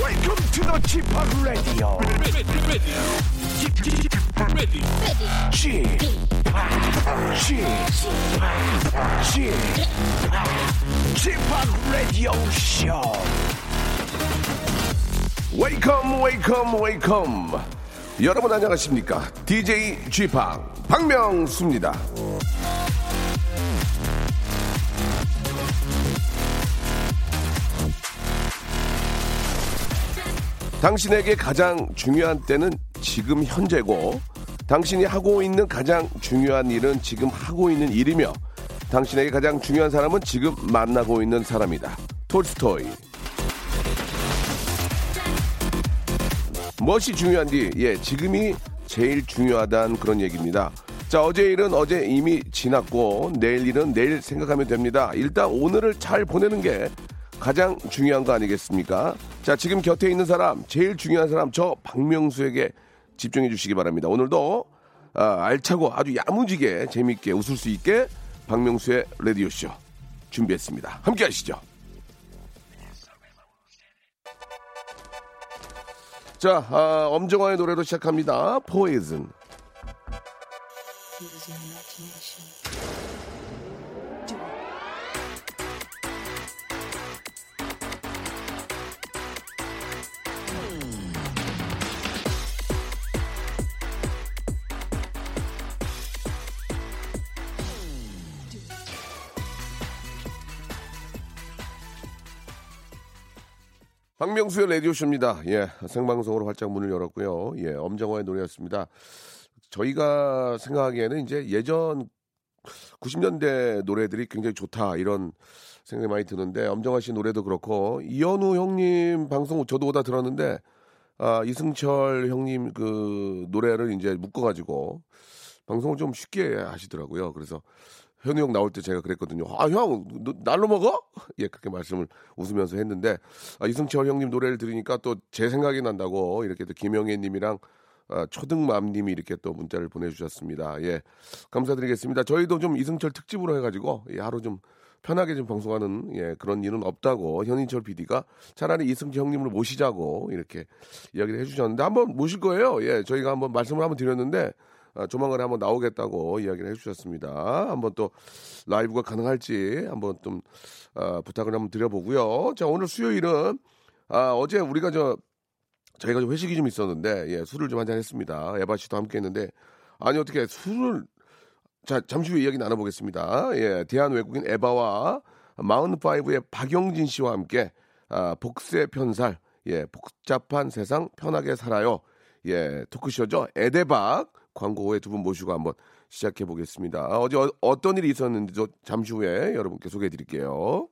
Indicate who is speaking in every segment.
Speaker 1: Welcome to the Chip Radio.
Speaker 2: ready, ready, ready,
Speaker 1: Chip, Chip, Chip, Chip Radio Show. Welcome, welcome, welcome. 여러분 안녕하십니까? DJ G 팍 박명수입니다. 당신에게 가장 중요한 때는 지금 현재고 당신이 하고 있는 가장 중요한 일은 지금 하고 있는 일이며 당신에게 가장 중요한 사람은 지금 만나고 있는 사람이다. 톨스토이 무엇이 중요한지 예 지금이 제일 중요하단 그런 얘기입니다. 자 어제 일은 어제 이미 지났고 내일 일은 내일 생각하면 됩니다. 일단 오늘을 잘 보내는 게 가장 중요한 거 아니겠습니까? 자 지금 곁에 있는 사람 제일 중요한 사람 저 박명수에게 집중해 주시기 바랍니다. 오늘도 아, 알차고 아주 야무지게 재미있게 웃을 수 있게 박명수의 라디오 쇼 준비했습니다. 함께 하시죠. 자, 아, 엄정화의 노래로 시작합니다. 포이즌.
Speaker 3: Use your imagination.
Speaker 1: 박명수의 라디오쇼입니다. 예, 생방송으로 활짝 문을 열었고요. 예, 엄정화의 노래였습니다. 저희가 생각하기에는 이제 예전 90년대 노래들이 굉장히 좋다 이런 생각이 많이 드는데 엄정화 씨 노래도 그렇고 이현우 형님 방송 저도 오다 들었는데 아, 이승철 형님 그 노래를 이제 묶어가지고 방송을 좀 쉽게 하시더라고요. 그래서 현우 형 나올 때 제가 그랬거든요. 아, 형, 너 날로 먹어? 예, 그렇게 말씀을 웃으면서 했는데, 아, 이승철 형님 노래를 들으니까 또 제 생각이 난다고 이렇게 또 김영애 님이랑 아, 초등맘 님이 이렇게 또 문자를 보내주셨습니다. 예, 감사드리겠습니다. 저희도 좀 이승철 특집으로 해가지고, 예, 하루 좀 편하게 좀 방송하는 예, 그런 일은 없다고 현인철 PD가 차라리 이승철 형님을 모시자고 이렇게 이야기를 해주셨는데 한번 모실 거예요. 예, 저희가 한번 말씀을 한번 드렸는데 아, 조만간에 한번 나오겠다고 이야기를 해주셨습니다. 한번 또 라이브가 가능할지 한번 좀 아, 부탁을 한번 드려보고요. 자 오늘 수요일은 아, 어제 우리가 저 저희가 좀 회식이 좀 있었는데 예, 술을 좀 한잔 했습니다. 에바 씨도 함께 했는데 아니 어떻게 술을 자, 잠시 후에 이야기 나눠보겠습니다. 예, 대한 외국인 에바와 마운파이브의 박영진 씨와 함께 아, 복세 편살, 예, 복잡한 세상 편하게 살아요. 예, 토크쇼죠. 에데박 광고 후에 두 분 모시고 한번 시작해 보겠습니다. 아, 어제 어, 떤 일이 있었는지 저 잠시 후에 여러분께 소개해 드릴게요.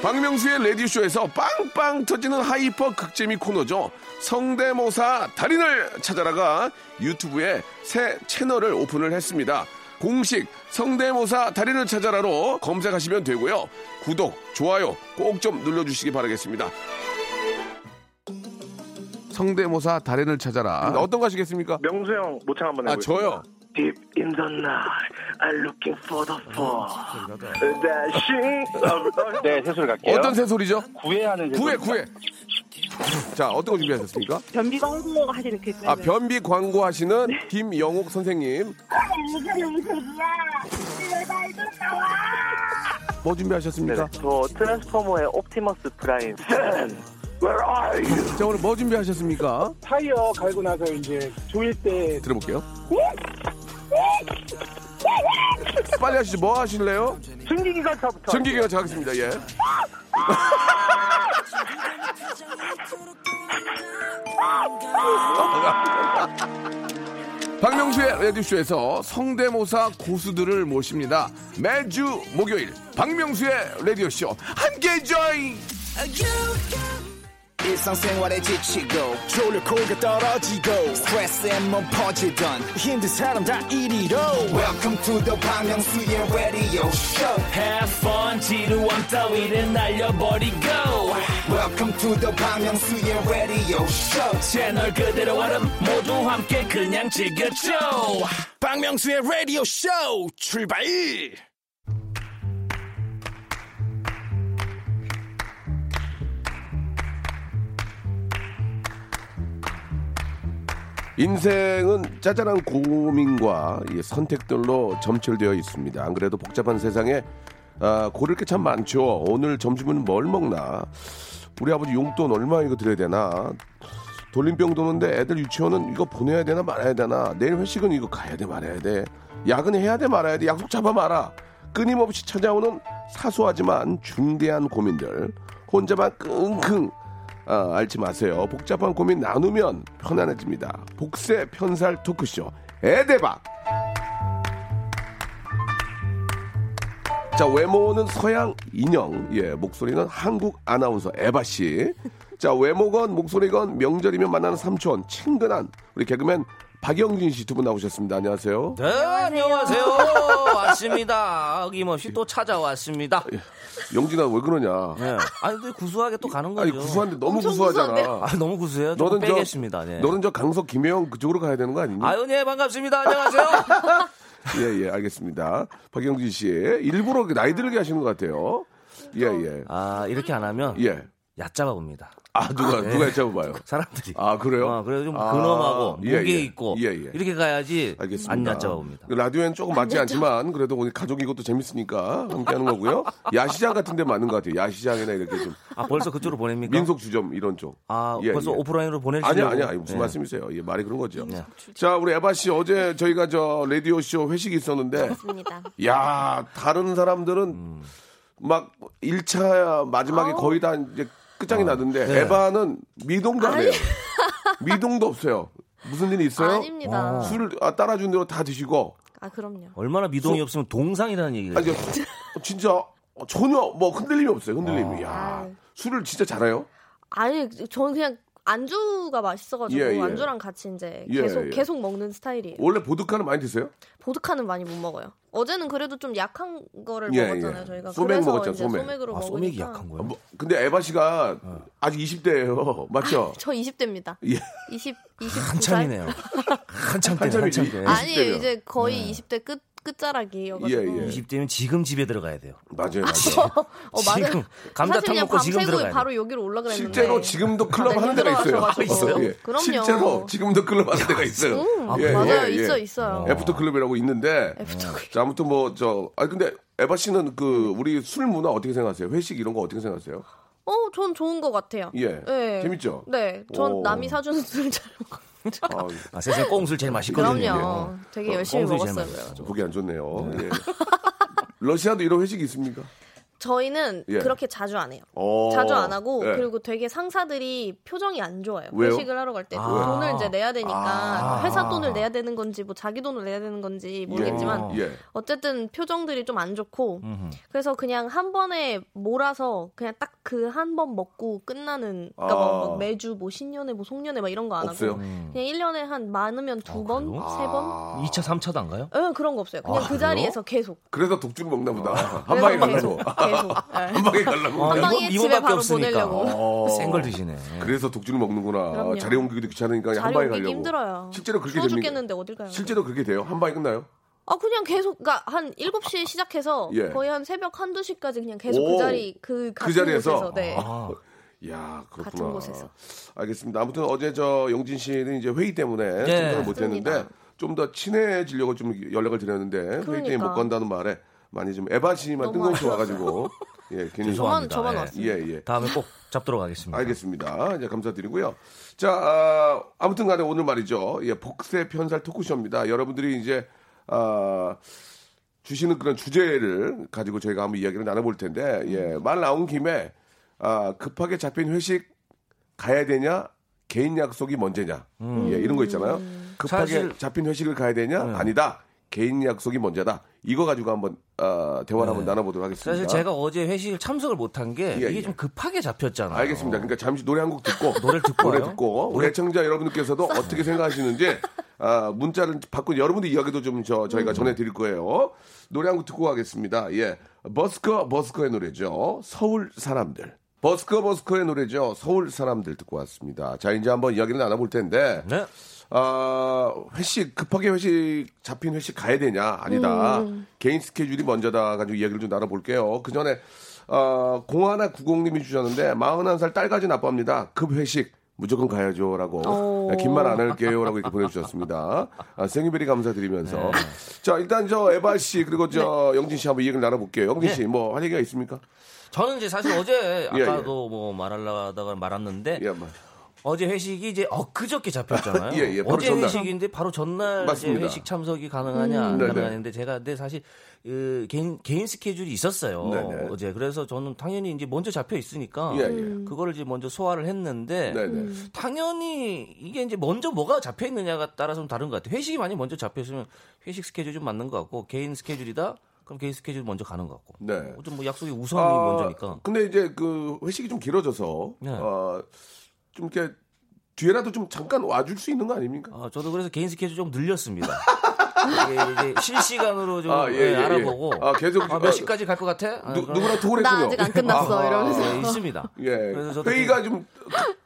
Speaker 1: 박명수의 레디쇼에서 빵빵 터지는 하이퍼 극재미 코너죠. 성대모사 달인을 찾아라가 유튜브에 새 채널을 오픈을 했습니다. 공식 성대모사 달인을 찾아라로 검색하시면 되고요. 구독, 좋아요 꼭 좀 눌러주시기 바라겠습니다. 성대모사 달인을 찾아라. 어떤 거 하시겠습니까?
Speaker 4: 명수 형 모창 한번
Speaker 1: 아,
Speaker 4: 해보세요.
Speaker 1: 저요.
Speaker 4: Deep in the night, I'm looking for the fall. Dashing.
Speaker 5: 네, 세수를 갈게요.
Speaker 1: 어떤 새소리죠?
Speaker 5: 구애하는
Speaker 1: 구해,
Speaker 5: 세수.
Speaker 1: 구해. 자, 어떤 거 준비하셨습니까?
Speaker 6: 변비 광고 하시는 그
Speaker 1: 아, 변비 광고 하시는 김영옥 선생님. 뭐 준비하셨습니까?
Speaker 4: 저 트랜스포머의 옵티머스 프라임. Where are you?
Speaker 1: 자, 오늘 뭐 준비하셨습니까?
Speaker 7: 네. 타이어 갈고 나서 이제 조일 때
Speaker 1: 들어볼게요. 빨리 하시죠. 뭐 하실래요?
Speaker 4: 승기기관차부터.
Speaker 1: 전기기가 정하겠습니다. 예. 박명수의 라디오쇼에서 성대모사 고수들을 모십니다. 매주 목요일 박명수의 라디오쇼 함께 join!
Speaker 8: 일상생활에 지치고, 졸려 코가 떨어지고, 스트레스에 몸 퍼지던, 힘든 사람 다 이리로. welcome to the Bang Myung-soo's radio show
Speaker 9: Have fun 지루함 따위를 날려버리고
Speaker 8: welcome to the Bang Myung-soo's radio show
Speaker 9: 채널 그대로 와름 모두 함께 그냥 즐겨줘
Speaker 8: 박명수의 radio show 출발
Speaker 1: 인생은 짜잘한 고민과 이 선택들로 점철되어 있습니다. 안 그래도 복잡한 세상에 아, 고를 게 참 많죠. 오늘 점심은 뭘 먹나? 우리 아버지 용돈 얼마 이거 드려야 되나? 돌림병 도는데 애들 유치원은 이거 보내야 되나 말아야 되나? 내일 회식은 이거 가야 돼 말아야 돼? 야근 해야 돼 말아야 돼? 약속 잡아 말아. 끊임없이 찾아오는 사소하지만 중대한 고민들 혼자만 끙끙 아, 알지 마세요. 복잡한 고민 나누면 편안해집니다. 복세 편살 토크쇼 애대박. 자 외모는 서양 인형, 예 목소리는 한국 아나운서 에바 씨. 자 외모건 목소리건 명절이면 만나는 삼촌 친근한 우리 개그맨 박영진 씨 두 분 나오셨습니다. 안녕하세요.
Speaker 9: 네, 안녕하세요. 왔습니다. 어김없이 또 찾아왔습니다.
Speaker 1: 예. 영진아 왜 그러냐?
Speaker 9: 네. 아니, 근데 구수하게 또 가는 거죠.
Speaker 1: 아니 구수한데 너무
Speaker 3: 엄청
Speaker 1: 구수하잖아.
Speaker 9: 아, 너무 구수해요. 좀 빼겠습니다. 네.
Speaker 1: 너는 저 강석 김혜영 그쪽으로 가야 되는 거 아니니?
Speaker 9: 아유, 예, 반갑습니다. 안녕하세요.
Speaker 1: 예, 예, 알겠습니다. 박영진 씨, 일부러 이렇게 나이 들게 하시는 것 같아요. 예, 예.
Speaker 9: 아, 이렇게 안 하면
Speaker 1: 예.
Speaker 9: 얕잡아 봅니다.
Speaker 1: 아, 누가, 누가 잡아봐요.
Speaker 9: 사람들이.
Speaker 1: 아, 그래요?
Speaker 9: 어, 그래서 좀
Speaker 1: 아,
Speaker 9: 근엄하고
Speaker 1: 예,
Speaker 9: 무게
Speaker 1: 예.
Speaker 9: 있고
Speaker 1: 예, 예.
Speaker 9: 이렇게 가야지
Speaker 1: 알겠습니다.
Speaker 9: 안 얕잡아 봅니다.
Speaker 1: 라디오엔 조금 맞지 않지만 그래도 오늘 가족이 것도 재밌으니까 함께 하는 거고요. 야시장 같은 데 맞는 것 같아요. 야시장이나 이렇게 좀
Speaker 9: 아, 벌써 그쪽으로 보냅니까?
Speaker 1: 민속 주점 이런 쪽.
Speaker 9: 아,
Speaker 1: 예,
Speaker 9: 벌써
Speaker 1: 예.
Speaker 9: 오프라인으로 보내주세요.
Speaker 1: 아니야, 아니야. 아니, 무슨 말씀이세요? 예, 말이 그런 거죠.
Speaker 9: 네.
Speaker 1: 자, 우리 에바 씨 어제 저희가 저 라디오 쇼 회식이 있었는데
Speaker 3: 맞습니다.
Speaker 1: 야 다른 사람들은 막 1차 마지막에 거의 다 이제 끝장이 나던데
Speaker 9: 네.
Speaker 1: 에바는 미동도 안 해요. 미동도 없어요. 무슨 일이 있어요?
Speaker 3: 아닙니다.
Speaker 1: 술 아, 따라준 대로 다 드시고
Speaker 3: 아 그럼요.
Speaker 9: 얼마나 미동이 없으면 동상이라는 얘기가
Speaker 1: 아니 저- 진짜 전혀 뭐 흔들림이 없어요. 흔들림이. 야
Speaker 3: 아유.
Speaker 1: 술을 진짜 잘해요.
Speaker 3: 아니 저는 그냥 안주가 맛있어가지고
Speaker 1: 예, 예.
Speaker 3: 안주랑 같이 이제
Speaker 1: 예,
Speaker 3: 계속
Speaker 1: 예.
Speaker 3: 계속 먹는 스타일이에요.
Speaker 1: 원래 보드카는 많이 드세요?
Speaker 3: 보드카는 많이 못 먹어요. 어제는 그래도 좀 약한 거를
Speaker 1: 예,
Speaker 3: 먹었잖아요
Speaker 1: 예.
Speaker 3: 저희가.
Speaker 1: 소맥
Speaker 3: 그래서
Speaker 1: 먹었죠,
Speaker 3: 이제
Speaker 1: 소맥.
Speaker 3: 으로
Speaker 9: 아,
Speaker 3: 먹으니까.
Speaker 9: 소맥이 약한
Speaker 3: 어.
Speaker 9: 거예요.
Speaker 1: 뭐, 근데 에바 씨가 아직 20대예요. 맞죠?
Speaker 3: 저 20대입니다.
Speaker 1: 예.
Speaker 3: 20 29살.
Speaker 9: 아, 한참이네요. 한참 때
Speaker 1: 아, 뭐- 한참이-
Speaker 9: 한참 때.
Speaker 1: 아,
Speaker 3: 아니
Speaker 1: 20대면.
Speaker 3: 이제
Speaker 9: 네.
Speaker 3: 거의 20대 끝 끝자락이어가지고.
Speaker 1: 예, 예.
Speaker 9: 20대면 지금 집에 들어가야 돼요.
Speaker 1: 맞아요. 맞아요.
Speaker 3: 어 맞아요.
Speaker 9: 지금 감자탕
Speaker 3: 사실 그냥
Speaker 9: 먹고 지금
Speaker 3: 밤새고
Speaker 9: 들어가야
Speaker 3: 바로 여기로 올라가야 했는데.
Speaker 1: 실제로 지금도 클럽
Speaker 3: 네,
Speaker 1: 하는 데가 있어요.
Speaker 3: 힘들어가지고.
Speaker 9: 있어요?
Speaker 1: 예.
Speaker 3: 그럼요.
Speaker 1: 실제로 지금도 클럽 하는 데가 있어요.
Speaker 3: 음,
Speaker 9: 예,
Speaker 3: 맞아요. 있어 있어요.
Speaker 1: 애프터 클럽이라고 있는데 자, 아무튼 뭐 저 아 근데 에바 씨는 그 우리 술 문화 어떻게 생각하세요? 회식 이런 거 어떻게 생각하세요?
Speaker 3: 어, 전 좋은 것 같아요.
Speaker 1: 예. 재밌죠?
Speaker 3: 네, 전
Speaker 1: 오.
Speaker 3: 남이 사주는 술을 잘 먹어요.
Speaker 1: 아,
Speaker 9: 아, 세상에 꽁술 제일 맛있거든요.
Speaker 3: 그럼요. 되게 열심히
Speaker 9: 꽁술이 제일
Speaker 3: 먹었어요.
Speaker 9: 맛있어요.
Speaker 1: 보기 안 좋네요. 예. 러시아도 이런 회식이 있습니까?
Speaker 3: 저희는
Speaker 1: 예.
Speaker 3: 그렇게 자주 안 해요.
Speaker 1: 어.
Speaker 3: 자주 안 하고
Speaker 1: 예.
Speaker 3: 그리고 되게 상사들이 표정이 안 좋아요.
Speaker 1: 왜요?
Speaker 3: 회식을 하러 갈 때그
Speaker 9: 아.
Speaker 3: 돈을 이제 내야 되니까 그 회사 돈을 내야 되는 건지 뭐 자기 돈을 내야 되는 건지 모르겠지만
Speaker 1: 예.
Speaker 3: 어쨌든 표정들이 좀 안 좋고 그래서 그냥 한 번에 몰아서 그냥 딱 그 한 번 먹고 끝나는 그러니까
Speaker 1: 아.
Speaker 3: 막, 막 매주 뭐 신년에 뭐 송년회 막 이런 거 안
Speaker 1: 없어요.
Speaker 3: 하고
Speaker 9: 네.
Speaker 3: 그냥 1년에 한 많으면 두 번,
Speaker 9: 그래요?
Speaker 3: 세 번?
Speaker 1: 아.
Speaker 9: 2차, 3차도 안 가요?
Speaker 3: 응, 그런 거 없어요. 그냥
Speaker 9: 아,
Speaker 3: 그 자리에서 계속.
Speaker 1: 그래서 독주를 먹나 보다. 한
Speaker 3: 그래서
Speaker 1: 방에 가려고.
Speaker 3: 계속. 계속. 예.
Speaker 1: 한 방에 가려고.
Speaker 3: 한 방에
Speaker 9: 아, 이번-
Speaker 3: 집에
Speaker 9: 이번밖에
Speaker 3: 바로
Speaker 9: 없으니까.
Speaker 3: 보내려고.
Speaker 1: 어.
Speaker 9: 센 걸 드시네.
Speaker 1: 그래서 독주를 먹는구나.
Speaker 3: 그럼요.
Speaker 1: 자리 옮기기도 귀찮으니까 한
Speaker 3: 자리
Speaker 1: 방에
Speaker 3: 옮기기
Speaker 1: 가려고.
Speaker 3: 힘들어요.
Speaker 1: 실제로 그렇게
Speaker 3: 추워
Speaker 1: 됩니까?
Speaker 3: 죽겠는데 어딜 가요?
Speaker 1: 실제로 그렇게 돼요? 한 방에 끝나요?
Speaker 3: 아 그냥 계속 그러니까 한 7시에 시작해서
Speaker 1: 예.
Speaker 3: 거의 한 새벽 1, 2시까지 그냥 계속
Speaker 1: 오.
Speaker 3: 그 자리 그 같은
Speaker 1: 자리에서?
Speaker 3: 곳에서 네.
Speaker 9: 아,
Speaker 1: 야, 그렇구나.
Speaker 3: 같은 곳에서.
Speaker 1: 알겠습니다. 아무튼 어제 저 영진 씨는 이제 회의 때문에
Speaker 9: 예.
Speaker 1: 참가를 못 했는데
Speaker 3: 맞습니다.
Speaker 1: 좀 더 친해지려고 좀 연락을 드렸는데 회의 때문에
Speaker 3: 그러니까.
Speaker 1: 못 간다는 말에 많이 좀 에바 씨만
Speaker 3: 너무
Speaker 1: 뜬금없이
Speaker 3: 아쉬웠어요.
Speaker 1: 와가지고 예, 괜히
Speaker 3: 저만
Speaker 9: 죄송합니다.
Speaker 3: 저만
Speaker 9: 예.
Speaker 3: 왔어요.
Speaker 1: 예, 예.
Speaker 9: 다음에 꼭 잡도록
Speaker 1: 아,
Speaker 9: 하겠습니다.
Speaker 1: 알겠습니다. 이제 감사드리고요. 자, 아, 아무튼 간에 오늘 말이죠. 예, 복세 편살 토크쇼입니다. 여러분들이 이제, 아, 주시는 그런 주제를 가지고 저희가 한번 이야기를 나눠볼 텐데, 예,
Speaker 9: 음.
Speaker 1: 말 나온 김에, 아, 급하게 잡힌 회식 가야 되냐? 개인 약속이 먼저냐? 예, 이런 거 있잖아요. 급하게
Speaker 9: 음. 사실- 음.
Speaker 1: 잡힌 회식을 가야 되냐? 아니다. 개인 약속이 먼저다. 이거 가지고 한번 아, 대화를 한번 나눠보도록 하겠습니다.
Speaker 9: 네. 사실 제가 어제 회식을 참석을 못한 게
Speaker 1: 예,
Speaker 9: 이게
Speaker 1: 예.
Speaker 9: 좀 급하게 잡혔잖아요.
Speaker 1: 알겠습니다. 그러니까 잠시 노래 한 곡 듣고
Speaker 9: 노래를 듣고
Speaker 1: 노래
Speaker 9: 와요? 네.
Speaker 1: 듣고 우리 애청자 여러분들께서도 어떻게 생각하시는지 아, 문자를 받고 여러분들 이야기도 좀 저, 저희가
Speaker 9: 음.
Speaker 1: 전해드릴 거예요. 노래 한 곡 듣고 가겠습니다. 예, 버스커 버스커의 노래죠. 서울 사람들. 버스커 버스커의 노래죠. 서울 사람들 듣고 왔습니다. 자 이제 한번 이야기를 나눠볼 텐데
Speaker 9: 네.
Speaker 1: 아, 회식 급하게 회식 잡힌 회식 가야 되냐 아니다 개인 스케줄이 먼저다 가지고 이야기를 좀 나눠볼게요 그 아, 전에 어, 공하나 구공님이 주셨는데 41살 딸까지 나빠합니다 급 회식 무조건 가야죠라고 네,
Speaker 3: 오.
Speaker 1: 긴 말 안 할게요라고 이렇게 보내주셨습니다. 아, 생일베리 감사드리면서 자 일단 저 에바 씨 그리고 저 영진 씨 한번 얘기를 나눠볼게요. 영진
Speaker 6: 네.
Speaker 1: 씨 뭐 할 얘기가 있습니까?
Speaker 6: 저는 이제 사실 어제
Speaker 1: 예, 예.
Speaker 6: 아까도 뭐 말하려다가 말았는데
Speaker 1: 예, 뭐.
Speaker 6: 어제 회식이 이제 엊그저께 잡혔잖아요.
Speaker 1: 예, 예, 바로
Speaker 6: 어제
Speaker 1: 전날.
Speaker 6: 회식인데 바로 전날 이제
Speaker 1: 맞습니다. 음.
Speaker 6: 회식 참석이 가능하냐 안
Speaker 1: 네네.
Speaker 6: 가능하는데 제가 근데 사실 그 개인 개인 스케줄이 있었어요.
Speaker 1: 네네.
Speaker 6: 어제 그래서 저는 당연히 이제 먼저 잡혀 있으니까
Speaker 1: 예, 예.
Speaker 6: 그거를 이제 먼저 소화를 했는데
Speaker 1: 네네.
Speaker 6: 당연히 이게 이제 먼저 뭐가 잡혀 있느냐가 따라서 좀 다른 것 같아요. 회식이 많이 먼저 잡혀 있으면 회식 스케줄 좀 맞는 것 같고 개인 스케줄이다. 그럼 개인 스케줄 먼저 가는 것 같고.
Speaker 1: 네.
Speaker 6: 좀뭐 약속이 우선이
Speaker 1: 아,
Speaker 6: 먼저니까.
Speaker 1: 근데 이제 그 회식이 좀 길어져서
Speaker 6: 네.
Speaker 1: 어, 좀 이렇게 뒤에라도 좀 잠깐 와줄 수 있는 거 아닙니까?
Speaker 6: 아, 저도 그래서 개인 스케줄 좀 늘렸습니다. 이게 이제 실시간으로 좀
Speaker 1: 아, 예,
Speaker 6: 예,
Speaker 1: 예, 예.
Speaker 6: 알아보고
Speaker 1: 아, 계속-
Speaker 6: 아,
Speaker 1: 아,
Speaker 6: 몇 시까지 갈 것 같아? 아,
Speaker 1: 누,
Speaker 6: 그럼-
Speaker 1: 누구랑 투고했군요
Speaker 3: 나 아직 안 끝났어 이러면서
Speaker 6: 예, 있습니다.
Speaker 1: 예.
Speaker 6: 그래서 저도
Speaker 1: 회의가 좀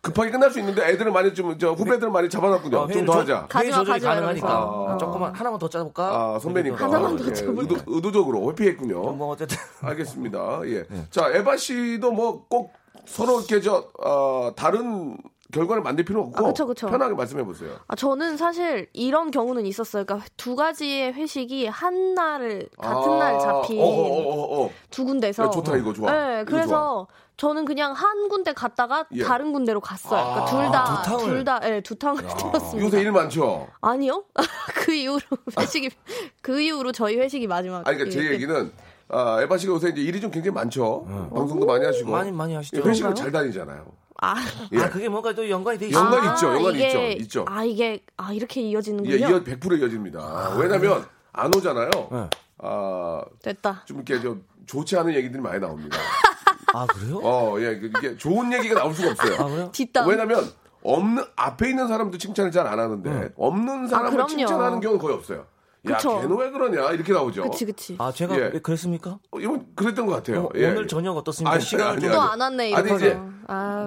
Speaker 1: 급하게 끝날 수 있는데 애들을 많이 좀, 저 후배들을 많이 잡아놨군요.
Speaker 6: 아,
Speaker 1: 좀
Speaker 6: 회의를
Speaker 1: 더
Speaker 6: 조-
Speaker 1: 하자.
Speaker 6: 회의
Speaker 3: 가지마,
Speaker 6: 조절이
Speaker 3: 가지마
Speaker 6: 가능하니까
Speaker 1: 이러면서.
Speaker 6: 아, 조금만 하나만 더 짜볼까?
Speaker 1: 아, 선배니까.
Speaker 3: 하나만 더
Speaker 1: 예,
Speaker 3: 쳐볼까?
Speaker 1: 의도, 의도적으로 회피했군요.
Speaker 6: 뭐 네. 어쨌든
Speaker 1: 알겠습니다. 예. 자, 에바 씨도 뭐 꼭 서로 이렇게 저, 어, 다른 결과를 만들 필요는 없고
Speaker 3: 아, 그쵸, 그쵸.
Speaker 1: 편하게 말씀해 보세요.
Speaker 3: 아, 저는 사실 이런 경우는 있었어요. 그러니까 두 가지의 회식이 한 날을 같은
Speaker 1: 아,
Speaker 3: 날 잡힌
Speaker 1: 어, 어, 어, 어.
Speaker 3: 두 군데서
Speaker 1: 야, 좋다, 이거 좋아.
Speaker 3: 네,
Speaker 1: 이거
Speaker 3: 그래서 저는 그냥 한 군데 갔다가
Speaker 1: 예. 아,
Speaker 3: 다른 군데로 갔어요. 그러니까
Speaker 6: 두
Speaker 3: 둘 다
Speaker 6: 탕을.
Speaker 3: 둘 다 예, 두 탕을 들었습니다.
Speaker 1: 요새 일 많죠?
Speaker 3: 아니요. 그 이후로 회식이 그 이후로 저희 회식이 마지막.
Speaker 1: 아니, 그러니까 제
Speaker 3: 예.
Speaker 1: 얘기는 아, 에바 씨가 요새 이제 일이 좀 굉장히 많죠. 방송도 많이 하시고.
Speaker 6: 많이 많이 하시죠.
Speaker 1: 예, 회식을 잘 다니잖아요.
Speaker 3: 아,
Speaker 1: 예.
Speaker 6: 아 그게 뭔가 또 연관이 돼 있어.
Speaker 1: 연관
Speaker 3: 아,
Speaker 1: 있죠, 연관
Speaker 3: 이게,
Speaker 1: 있죠, 있죠.
Speaker 3: 아 이게 아 이렇게 이어지는군요.
Speaker 1: 예, 이어 100% 이어집니다. 왜냐면 안 오잖아요. 아,
Speaker 3: 됐다.
Speaker 1: 좀 이렇게 좀 좋지 않은 얘기들이 많이 나옵니다.
Speaker 6: 아 그래요?
Speaker 1: 어, 예, 그- 이게 좋은 얘기가 나올 수가
Speaker 6: 아
Speaker 1: 없어요.
Speaker 6: 그래요?
Speaker 3: 뒷담.
Speaker 1: 왜냐면 없는 앞에 있는 사람도 칭찬을 잘 안 하는데 없는 사람을
Speaker 3: 아, 그럼요.
Speaker 1: 칭찬하는 경우는 거의 없어요. 야,
Speaker 3: 그쵸.
Speaker 1: 걔는 왜 그러냐 이렇게 나오죠.
Speaker 3: 그치 그치.
Speaker 6: 아 제가
Speaker 1: 예.
Speaker 6: 왜 그랬습니까?
Speaker 1: 어, 이건 그랬던 것 같아요.
Speaker 6: 어,
Speaker 1: 예.
Speaker 6: 오늘 저녁 어떻습니까?
Speaker 1: 아니,
Speaker 6: 시간
Speaker 1: 아니,
Speaker 6: 좀
Speaker 1: 아니.
Speaker 3: 또 안 왔네
Speaker 1: 아니,
Speaker 3: 이렇게.
Speaker 1: 이제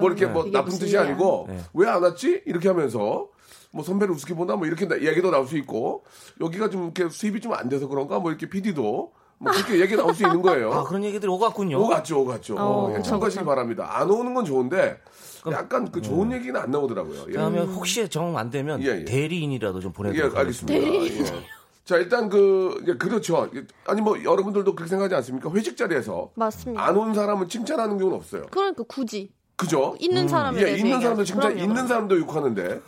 Speaker 1: 뭐 이렇게 뭐 나쁜 뜻이 아니고
Speaker 6: 네.
Speaker 1: 왜 안 왔지 이렇게 하면서 뭐 선배를 우습게 보나 뭐 이렇게 나- 얘기도 나올 수 있고 여기가 좀 이렇게 수입이 좀 안 돼서 그런가 뭐 이렇게 PD도 뭐 그렇게 얘기 나올 수 있는 거예요.
Speaker 6: 아 그런 얘기들이 오갔군요.
Speaker 1: 오갔죠, 오갔죠.
Speaker 3: 어,
Speaker 1: 예,
Speaker 3: 그쵸,
Speaker 1: 참고하시기
Speaker 3: 그쵸.
Speaker 1: 바랍니다. 안 오는 건 좋은데 약간 그 좋은 얘기는 안 나오더라고요. 예.
Speaker 6: 네. 그다음에 혹시 정 안 되면
Speaker 1: 예, 예.
Speaker 6: 대리인이라도 좀
Speaker 1: 예,
Speaker 6: 보내드리겠습니다.
Speaker 1: 알겠습니다.
Speaker 3: 네.
Speaker 1: 예. 자, 일단 그 예, 그렇죠. 예, 아니 뭐 여러분들도 그렇게 생각하지 않습니까? 회식 자리에서
Speaker 3: 맞습니다.
Speaker 1: 안 온 사람은 칭찬하는 경우는 없어요.
Speaker 3: 그러니까 굳이
Speaker 1: 그죠?
Speaker 3: 어, 있는 사람에
Speaker 1: 예,
Speaker 3: 대해서
Speaker 1: 있는 사람도
Speaker 3: 얘기하죠.
Speaker 1: 진짜
Speaker 3: 그럼요. 아,
Speaker 1: 있는 사람도 욕하는데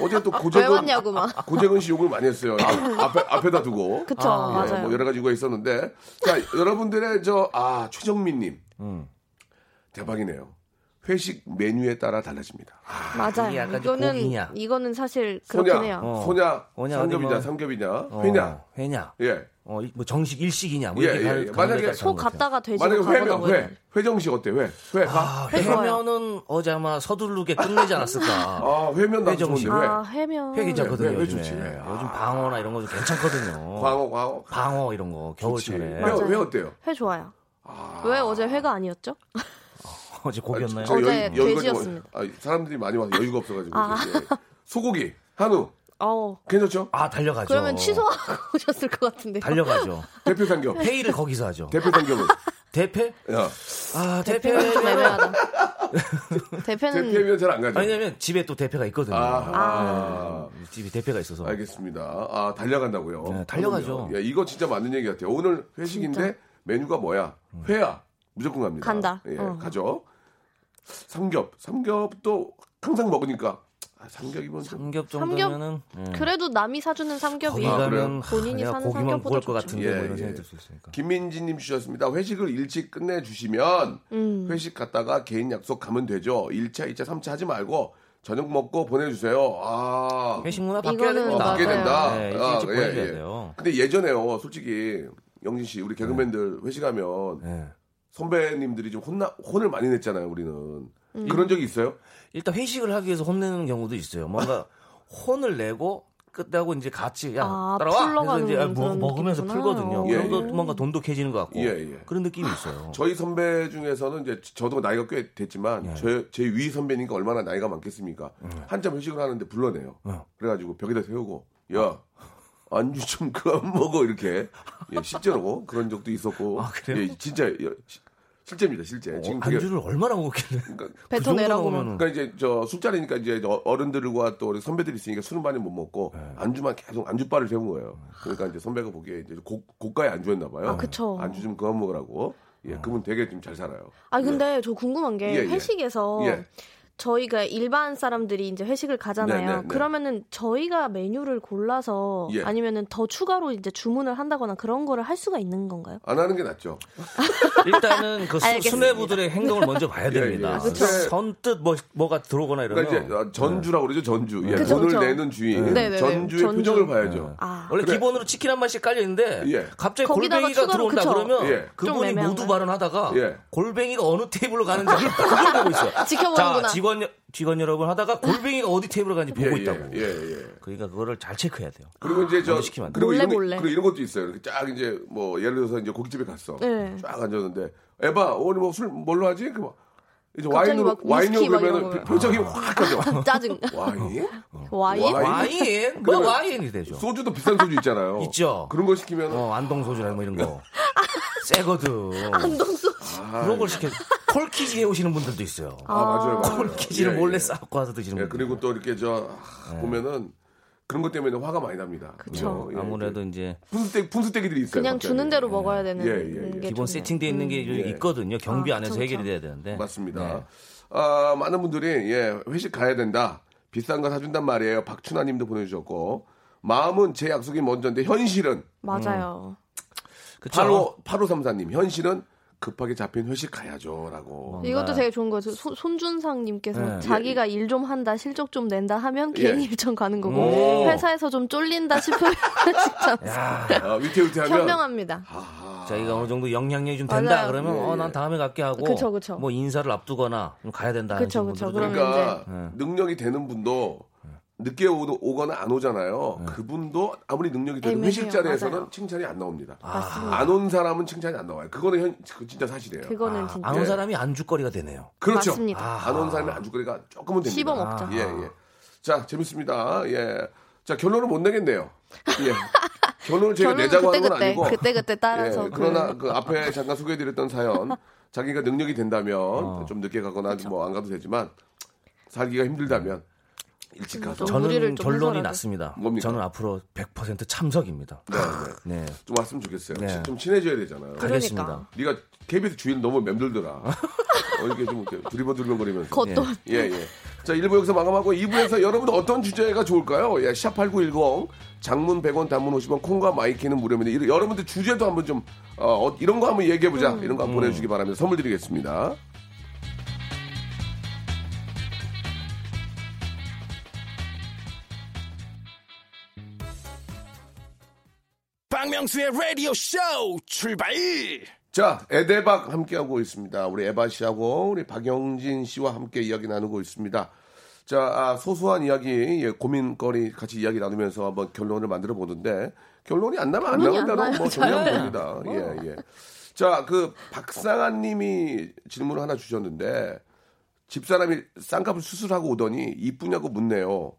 Speaker 1: 어제 또
Speaker 3: 왜
Speaker 1: 고재근
Speaker 3: 왔냐고 막.
Speaker 1: 고재근 씨 욕을 많이 했어요. 앞, 앞에 앞에다 두고.
Speaker 3: 그쵸
Speaker 6: 아,
Speaker 1: 예,
Speaker 3: 맞아요.
Speaker 1: 뭐 여러 가지 이유가 있었는데 자 여러분들의 저 아 최정민님
Speaker 6: 음.
Speaker 1: 대박이네요. 회식 메뉴에 따라 달라집니다. 아,
Speaker 6: 이게
Speaker 3: 맞아요.
Speaker 6: 약간 좀 고기냐.
Speaker 3: 이거는 이거는 사실 그렇긴
Speaker 1: 소냐,
Speaker 3: 해요.
Speaker 6: 어.
Speaker 1: 소냐,
Speaker 6: 뭐냐,
Speaker 1: 삼겹이냐,
Speaker 6: 아니면-
Speaker 1: 삼겹이냐,
Speaker 6: 어,
Speaker 1: 회냐.
Speaker 6: 회냐.
Speaker 1: 예.
Speaker 6: 어, 이- 뭐 정식 일식이냐. 뭐
Speaker 1: 예,
Speaker 6: 이렇게
Speaker 1: 예,
Speaker 6: 가는-
Speaker 1: 예.
Speaker 6: 가는
Speaker 1: 만약에
Speaker 6: 데까지
Speaker 3: 소
Speaker 6: 가는 것 같아요.
Speaker 3: 갔다가 돼지
Speaker 1: 만약에 회면
Speaker 3: 가거나
Speaker 1: 회, 회정식 어때? 회, 회 가.
Speaker 6: 아,
Speaker 3: 회가 와요.
Speaker 6: 회면은 어제 아마 서두르게 끝내지 않았을까.
Speaker 1: 아, 회면 나도
Speaker 6: 회정식.
Speaker 1: 좋은데 회.
Speaker 3: 아 회면
Speaker 6: 회 괜찮거든요.
Speaker 1: 회, 회
Speaker 6: 요즘에. 아,
Speaker 1: 좋지, 회.
Speaker 6: 요즘 방어나 이런 거 좀 괜찮거든요.
Speaker 1: 광어, 광어.
Speaker 6: 방어 이런 거
Speaker 1: 그렇지.
Speaker 6: 겨울철에
Speaker 1: 회, 회 어때요?
Speaker 3: 회 좋아요. 왜 어제 회가 아니었죠?
Speaker 6: 어제 고기였나요?
Speaker 1: 제가 여유-
Speaker 3: 어제
Speaker 1: 여유가 좀-
Speaker 3: 돼지였습니다.
Speaker 1: 아, 사람들이 많이 와서 여유가 없어가지고
Speaker 3: 아.
Speaker 1: 이제, 예. 소고기, 한우
Speaker 3: 어
Speaker 1: 괜찮죠?
Speaker 6: 아 달려가죠.
Speaker 3: 그러면 취소하고 오셨을 것 같은데.
Speaker 6: 달려가죠.
Speaker 1: 대표 삼겹,
Speaker 6: 회의를 거기서 하죠.
Speaker 1: 대표 삼겹은
Speaker 6: 대패?
Speaker 1: 야,
Speaker 6: 아 대패.
Speaker 3: 대패는 좀 애매하다. 대패는
Speaker 1: 대표면 잘 안 가죠.
Speaker 6: 왜냐면 집에 또 대패가 있거든요.
Speaker 1: 아,
Speaker 6: 집이 대패가 있어서.
Speaker 1: 알겠습니다. 아 달려간다고요.
Speaker 6: 네, 달려가죠.
Speaker 1: 그럼요. 야, 이거 진짜 맞는 얘기 같아요. 오늘 회식인데 메뉴가 뭐야? 회야 무조건 갑니다.
Speaker 3: 간다.
Speaker 1: 예,
Speaker 3: 어.
Speaker 1: 가죠. 삼겹, 삼겹도 항상 먹으니까 아, 삼겹이면 좀
Speaker 6: 삼겹
Speaker 3: 삼겹-
Speaker 6: 정도면은 예.
Speaker 3: 그래도 남이 사주는
Speaker 6: 거기
Speaker 3: 삼겹이
Speaker 1: 아, 그래요?
Speaker 6: 가면
Speaker 3: 본인이
Speaker 6: 내가
Speaker 3: 사는
Speaker 6: 고기만 구울
Speaker 3: 삼겹보다
Speaker 6: 것
Speaker 3: 좋죠.
Speaker 6: 같은데
Speaker 1: 예,
Speaker 6: 뭐 이런
Speaker 1: 예.
Speaker 6: 생각이 들 수 있으니까.
Speaker 1: 김민지님 주셨습니다. 회식을 일찍 끝내주시면 회식 갔다가 개인 약속 가면 되죠. 1차, 2차, 3차 하지 말고 저녁 먹고 보내주세요. 아,
Speaker 6: 회식 문화 바뀌어야
Speaker 3: 이거는
Speaker 6: 됩니다.
Speaker 1: 아, 바뀌게
Speaker 3: 맞아요.
Speaker 1: 된다.
Speaker 6: 네,
Speaker 1: 아,
Speaker 6: 일찍 보내줘야 돼요.
Speaker 1: 근데 예전에요, 솔직히 영진 씨, 우리 개그맨들 회식하면
Speaker 6: 예.
Speaker 1: 선배님들이 좀 혼나 혼을 많이 냈잖아요, 우리는. 그런 적이 있어요?
Speaker 6: 일단 회식을 하기 위해서 혼내는 경우도 있어요. 뭔가 혼을 내고 끝나고 이제 같이 야
Speaker 3: 아,
Speaker 6: 따라와 그래서
Speaker 3: 풀러가는
Speaker 6: 이제 야,
Speaker 3: 그런
Speaker 6: 먹, 으면서
Speaker 3: 느낌이구나.
Speaker 6: 풀거든요.
Speaker 1: 예,
Speaker 6: 그럼 또
Speaker 1: 예.
Speaker 6: 뭔가 돈독해지는 것 같고
Speaker 1: 예, 예.
Speaker 6: 그런 느낌이 있어요.
Speaker 1: 저희 선배 중에서는 이제 저도 나이가 꽤 됐지만
Speaker 6: 예.
Speaker 1: 저- 제 위 선배니까 얼마나 나이가 많겠습니까? 한참 회식을 하는데 불러내요.
Speaker 6: 예.
Speaker 1: 그래가지고 벽에다 세우고 야 안주 좀 그만 먹어 이렇게 예, 실제로 그런 적도 있었고
Speaker 6: 아, 그래요? 어,
Speaker 1: 예, 진짜 예, 시- 실제입니다, 실제. 지금 그게
Speaker 6: 안주를 얼마나 먹었길래?
Speaker 3: 뱉어내라고 뭐.
Speaker 1: 그러니까 이제 저 술자리니까 이제 어- 어른들과 또 우리 선배들이 있으니까 술은 많이 못 먹고
Speaker 6: 예.
Speaker 1: 안주만 계속 안주바를 세운 거예요. 그러니까 이제 선배가 보기에 이제 고, 고가의 안주였나 봐요.
Speaker 3: 아, 그쵸.
Speaker 1: 안주 좀 그만 먹으라고.
Speaker 6: 어.
Speaker 1: 예, 그분 되게 좀 잘 살아요.
Speaker 3: 아 근데 저 궁금한 게
Speaker 1: 예, 예.
Speaker 3: 회식에서
Speaker 1: 예.
Speaker 3: 저희가 일반 사람들이 이제 회식을 가잖아요.
Speaker 1: 네, 네, 네.
Speaker 3: 그러면은 저희가 메뉴를 골라서
Speaker 1: 예.
Speaker 3: 아니면은 더 추가로 이제 주문을 한다거나 그런 거를 할 수가 있는 건가요?
Speaker 1: 안 하는 게 낫죠.
Speaker 6: 일단은 그 수,
Speaker 3: 알겠습니다.
Speaker 6: 수뇌부들의 행동을 먼저 봐야
Speaker 1: 예, 예.
Speaker 6: 됩니다.
Speaker 1: 아, 그쵸.
Speaker 6: 선뜻 뭐, 뭐가 들어오거나 이러면
Speaker 1: 그러니까 이제 아, 전주라고 그러죠, 전주. 예,
Speaker 3: 그쵸,
Speaker 1: 돈을
Speaker 3: 그쵸.
Speaker 1: 내는 주인.
Speaker 3: 네, 네, 네.
Speaker 1: 전주의
Speaker 3: 전주.
Speaker 1: 표정을
Speaker 6: 네.
Speaker 1: 봐야죠.
Speaker 3: 아
Speaker 6: 원래
Speaker 1: 그래.
Speaker 6: 기본으로 치킨 한 마리씩 깔려 있는데
Speaker 1: 예.
Speaker 6: 갑자기
Speaker 3: 거기다가
Speaker 6: 골뱅이가
Speaker 3: 추가로
Speaker 6: 들어온다
Speaker 3: 그쵸.
Speaker 6: 그러면
Speaker 1: 예.
Speaker 6: 그분이
Speaker 3: 좀 애매한가요?
Speaker 6: 모두 발언하다가
Speaker 1: 예.
Speaker 6: 골뱅이가 어느 테이블로 가는지 그걸 보고 있어.
Speaker 3: 지켜보는구나. 아.
Speaker 6: 자 직원 여- 직원 여러분 하다가 골뱅이가 어디 테이블로 가는지
Speaker 1: 예,
Speaker 6: 보고
Speaker 1: 예,
Speaker 6: 있다고. 아,
Speaker 1: 예, 예.
Speaker 6: 그러니까 그거를 잘 체크해야 돼요.
Speaker 1: 그리고 이제 저
Speaker 6: 먼저 시키면 안 돼.
Speaker 1: 그리고
Speaker 3: 몰래,
Speaker 1: 이런,
Speaker 3: 몰래.
Speaker 1: 그리고 이런 것도 있어요. 이렇게 쫙 이제 뭐 예를 들어서 이제 고깃집에 갔어.
Speaker 3: 네.
Speaker 1: 쫙 앉았는데 에바 오늘 뭐 술 뭘로 하지? 그 뭐, 이제
Speaker 3: 갑자기
Speaker 1: 와인으로
Speaker 3: 막
Speaker 1: 와인요
Speaker 3: 위스키 막 이런
Speaker 1: 그러면
Speaker 3: 거.
Speaker 1: 표정이 확 가져.
Speaker 3: 아, 짜증
Speaker 1: 와인?
Speaker 3: 와인
Speaker 1: 와인?
Speaker 6: 아. 와인 뭐
Speaker 1: 그러면
Speaker 6: 와인이 되죠.
Speaker 1: 소주도 비싼 소주 있잖아요.
Speaker 6: 있죠.
Speaker 1: 그런 거 시키면 은
Speaker 6: 어, 안동 소주나 뭐 이런 거.
Speaker 1: 아.
Speaker 6: 새거든.
Speaker 3: 안동소
Speaker 6: 그런 걸 시켜. 콜키지 해오시는 분들도 있어요.
Speaker 1: 아, 맞아요, 맞아요.
Speaker 6: 콜키지를
Speaker 1: 예,
Speaker 6: 몰래 네.
Speaker 1: 예.
Speaker 6: 싸고 와서 드시는
Speaker 1: 예,
Speaker 6: 분들.
Speaker 1: 그리고 또 이렇게 저 아, 보면은 그런 것 때문에 화가 많이 납니다.
Speaker 3: 그쵸.
Speaker 1: 예,
Speaker 6: 아무래도 이제
Speaker 1: 분수대 분수대기들이 있어요.
Speaker 3: 그냥
Speaker 1: 갑자기.
Speaker 3: 주는 대로 먹어야 되는
Speaker 1: 예, 예, 예.
Speaker 3: 게
Speaker 6: 기본
Speaker 3: 좋네요.
Speaker 6: 세팅돼 있는 게 있거든요. 경비
Speaker 3: 아,
Speaker 6: 안에서
Speaker 3: 그쵸,
Speaker 6: 해결이
Speaker 3: 그쵸.
Speaker 6: 돼야 되는데.
Speaker 1: 맞습니다.
Speaker 6: 네.
Speaker 1: 아, 많은 분들이 예, 회식 가야 된다. 비싼 거 사준단 말이에요. 박춘아 님도 보내주셨고. 마음은 제 약속이 먼저인데 현실은
Speaker 3: 맞아요.
Speaker 6: 그쵸?
Speaker 1: 바로 8534님 현실은 급하게 잡힌 회식 가야죠 라고
Speaker 3: 이것도 되게 좋은 거죠. 소- 손준상님께서
Speaker 6: 네.
Speaker 3: 자기가 일 좀 한다, 실적 좀 낸다 하면
Speaker 1: 예.
Speaker 3: 개인 일정 가는 거고
Speaker 6: 오.
Speaker 3: 회사에서 좀 쫄린다 싶으면 진짜
Speaker 6: 야,
Speaker 1: 아, 위태위태하면 아,
Speaker 3: 현명합니다.
Speaker 6: 자기가 어느 정도 영향력이 좀 된다
Speaker 3: 맞아요.
Speaker 6: 그러면
Speaker 1: 예, 예.
Speaker 6: 어 난 다음에 갈게 하고
Speaker 3: 그쵸, 그쵸.
Speaker 6: 뭐 인사를 앞두거나 좀 가야 된다 하는
Speaker 3: 그쵸, 그쵸.
Speaker 6: 분들도
Speaker 3: 그러면
Speaker 1: 그러니까
Speaker 6: 네.
Speaker 1: 능력이 되는 분도 늦게 오- 오거나 안 오잖아요
Speaker 6: 네.
Speaker 1: 그분도 아무리 능력이 돼도
Speaker 3: 애매해요.
Speaker 1: 회식 자리에서는
Speaker 3: 맞아요.
Speaker 1: 칭찬이 안 나옵니다
Speaker 3: 맞습니다.
Speaker 1: 안 온 사람은 칭찬이 안 나와요 그거는 현, 그거 진짜 사실이에요
Speaker 3: 그거는
Speaker 6: 아,
Speaker 3: 진짜
Speaker 6: 안온 사람이 안주거리가 되네요.
Speaker 1: 그렇죠
Speaker 3: 맞습니다.
Speaker 1: 안 온 사람이 안주거리가 그러니까 조금은 됩니다
Speaker 3: 씹어 먹자.
Speaker 1: 예, 예. 자, 재밌습니다. 예. 자, 결론을 못 내겠네요. 예. 결론을 저희가
Speaker 3: 결론은
Speaker 1: 내자고
Speaker 3: 그때
Speaker 1: 하는 건
Speaker 3: 그때
Speaker 1: 아니고.
Speaker 3: 그때 그때 따라서
Speaker 1: 예, 그러나 그 앞에 잠깐 소개해드렸던 사연, 자기가 능력이 된다면 좀 늦게 가거나 뭐 안 가도 되지만 살기가 힘들다면 일찍 가서.
Speaker 3: 좀
Speaker 6: 저는
Speaker 3: 어, 무리를 좀
Speaker 6: 결론이
Speaker 3: 해서라도.
Speaker 6: 났습니다.
Speaker 1: 뭡니까?
Speaker 6: 저는 앞으로 100% 참석입니다.
Speaker 1: 네, 네.
Speaker 6: 네,
Speaker 1: 좀 왔으면 좋겠어요.
Speaker 6: 네.
Speaker 1: 치- 좀 친해져야 되잖아요.
Speaker 3: 그러니까.
Speaker 6: 알겠습니다.
Speaker 1: 네가 KBS 주인 너무 맴돌더라. 어, 이렇게 좀 이렇게 두리번두리번거리면서.
Speaker 3: 겉돈
Speaker 1: 예, 예. 자, 1부 여기서 마감하고 2부에서 여러분 어떤 주제가 좋을까요? 예, 샵8910 장문 100원 단문 50원 콩과 마이키는 무료입니다. 이런- 여러분들 주제도 한번 좀 어, 어, 이런 거 한번 얘기해 보자. 이런 거 한번 보내주시기 바랍니다. 선물 드리겠습니다.
Speaker 9: 박명수의 라디오 쇼 출발
Speaker 1: 자, 에데박 함께하고 있습니다. 우리 에바 씨하고 우리 박영진 씨와 함께 이야기 나누고 있습니다. 자, 아, 소소한 이야기, 예, 고민거리 같이 이야기 나누면서 한번 결론을 만들어 보는데, 결론이 안 나면 안
Speaker 3: 결론이
Speaker 1: 나온다는
Speaker 3: 안 나요.
Speaker 1: 뭐 중요한 겁니다. 예, 예. 자, 그 박상한 님이 질문을 하나 주셨는데, 집사람이 쌍꺼풀 수술하고 오더니 이쁘냐고 묻네요.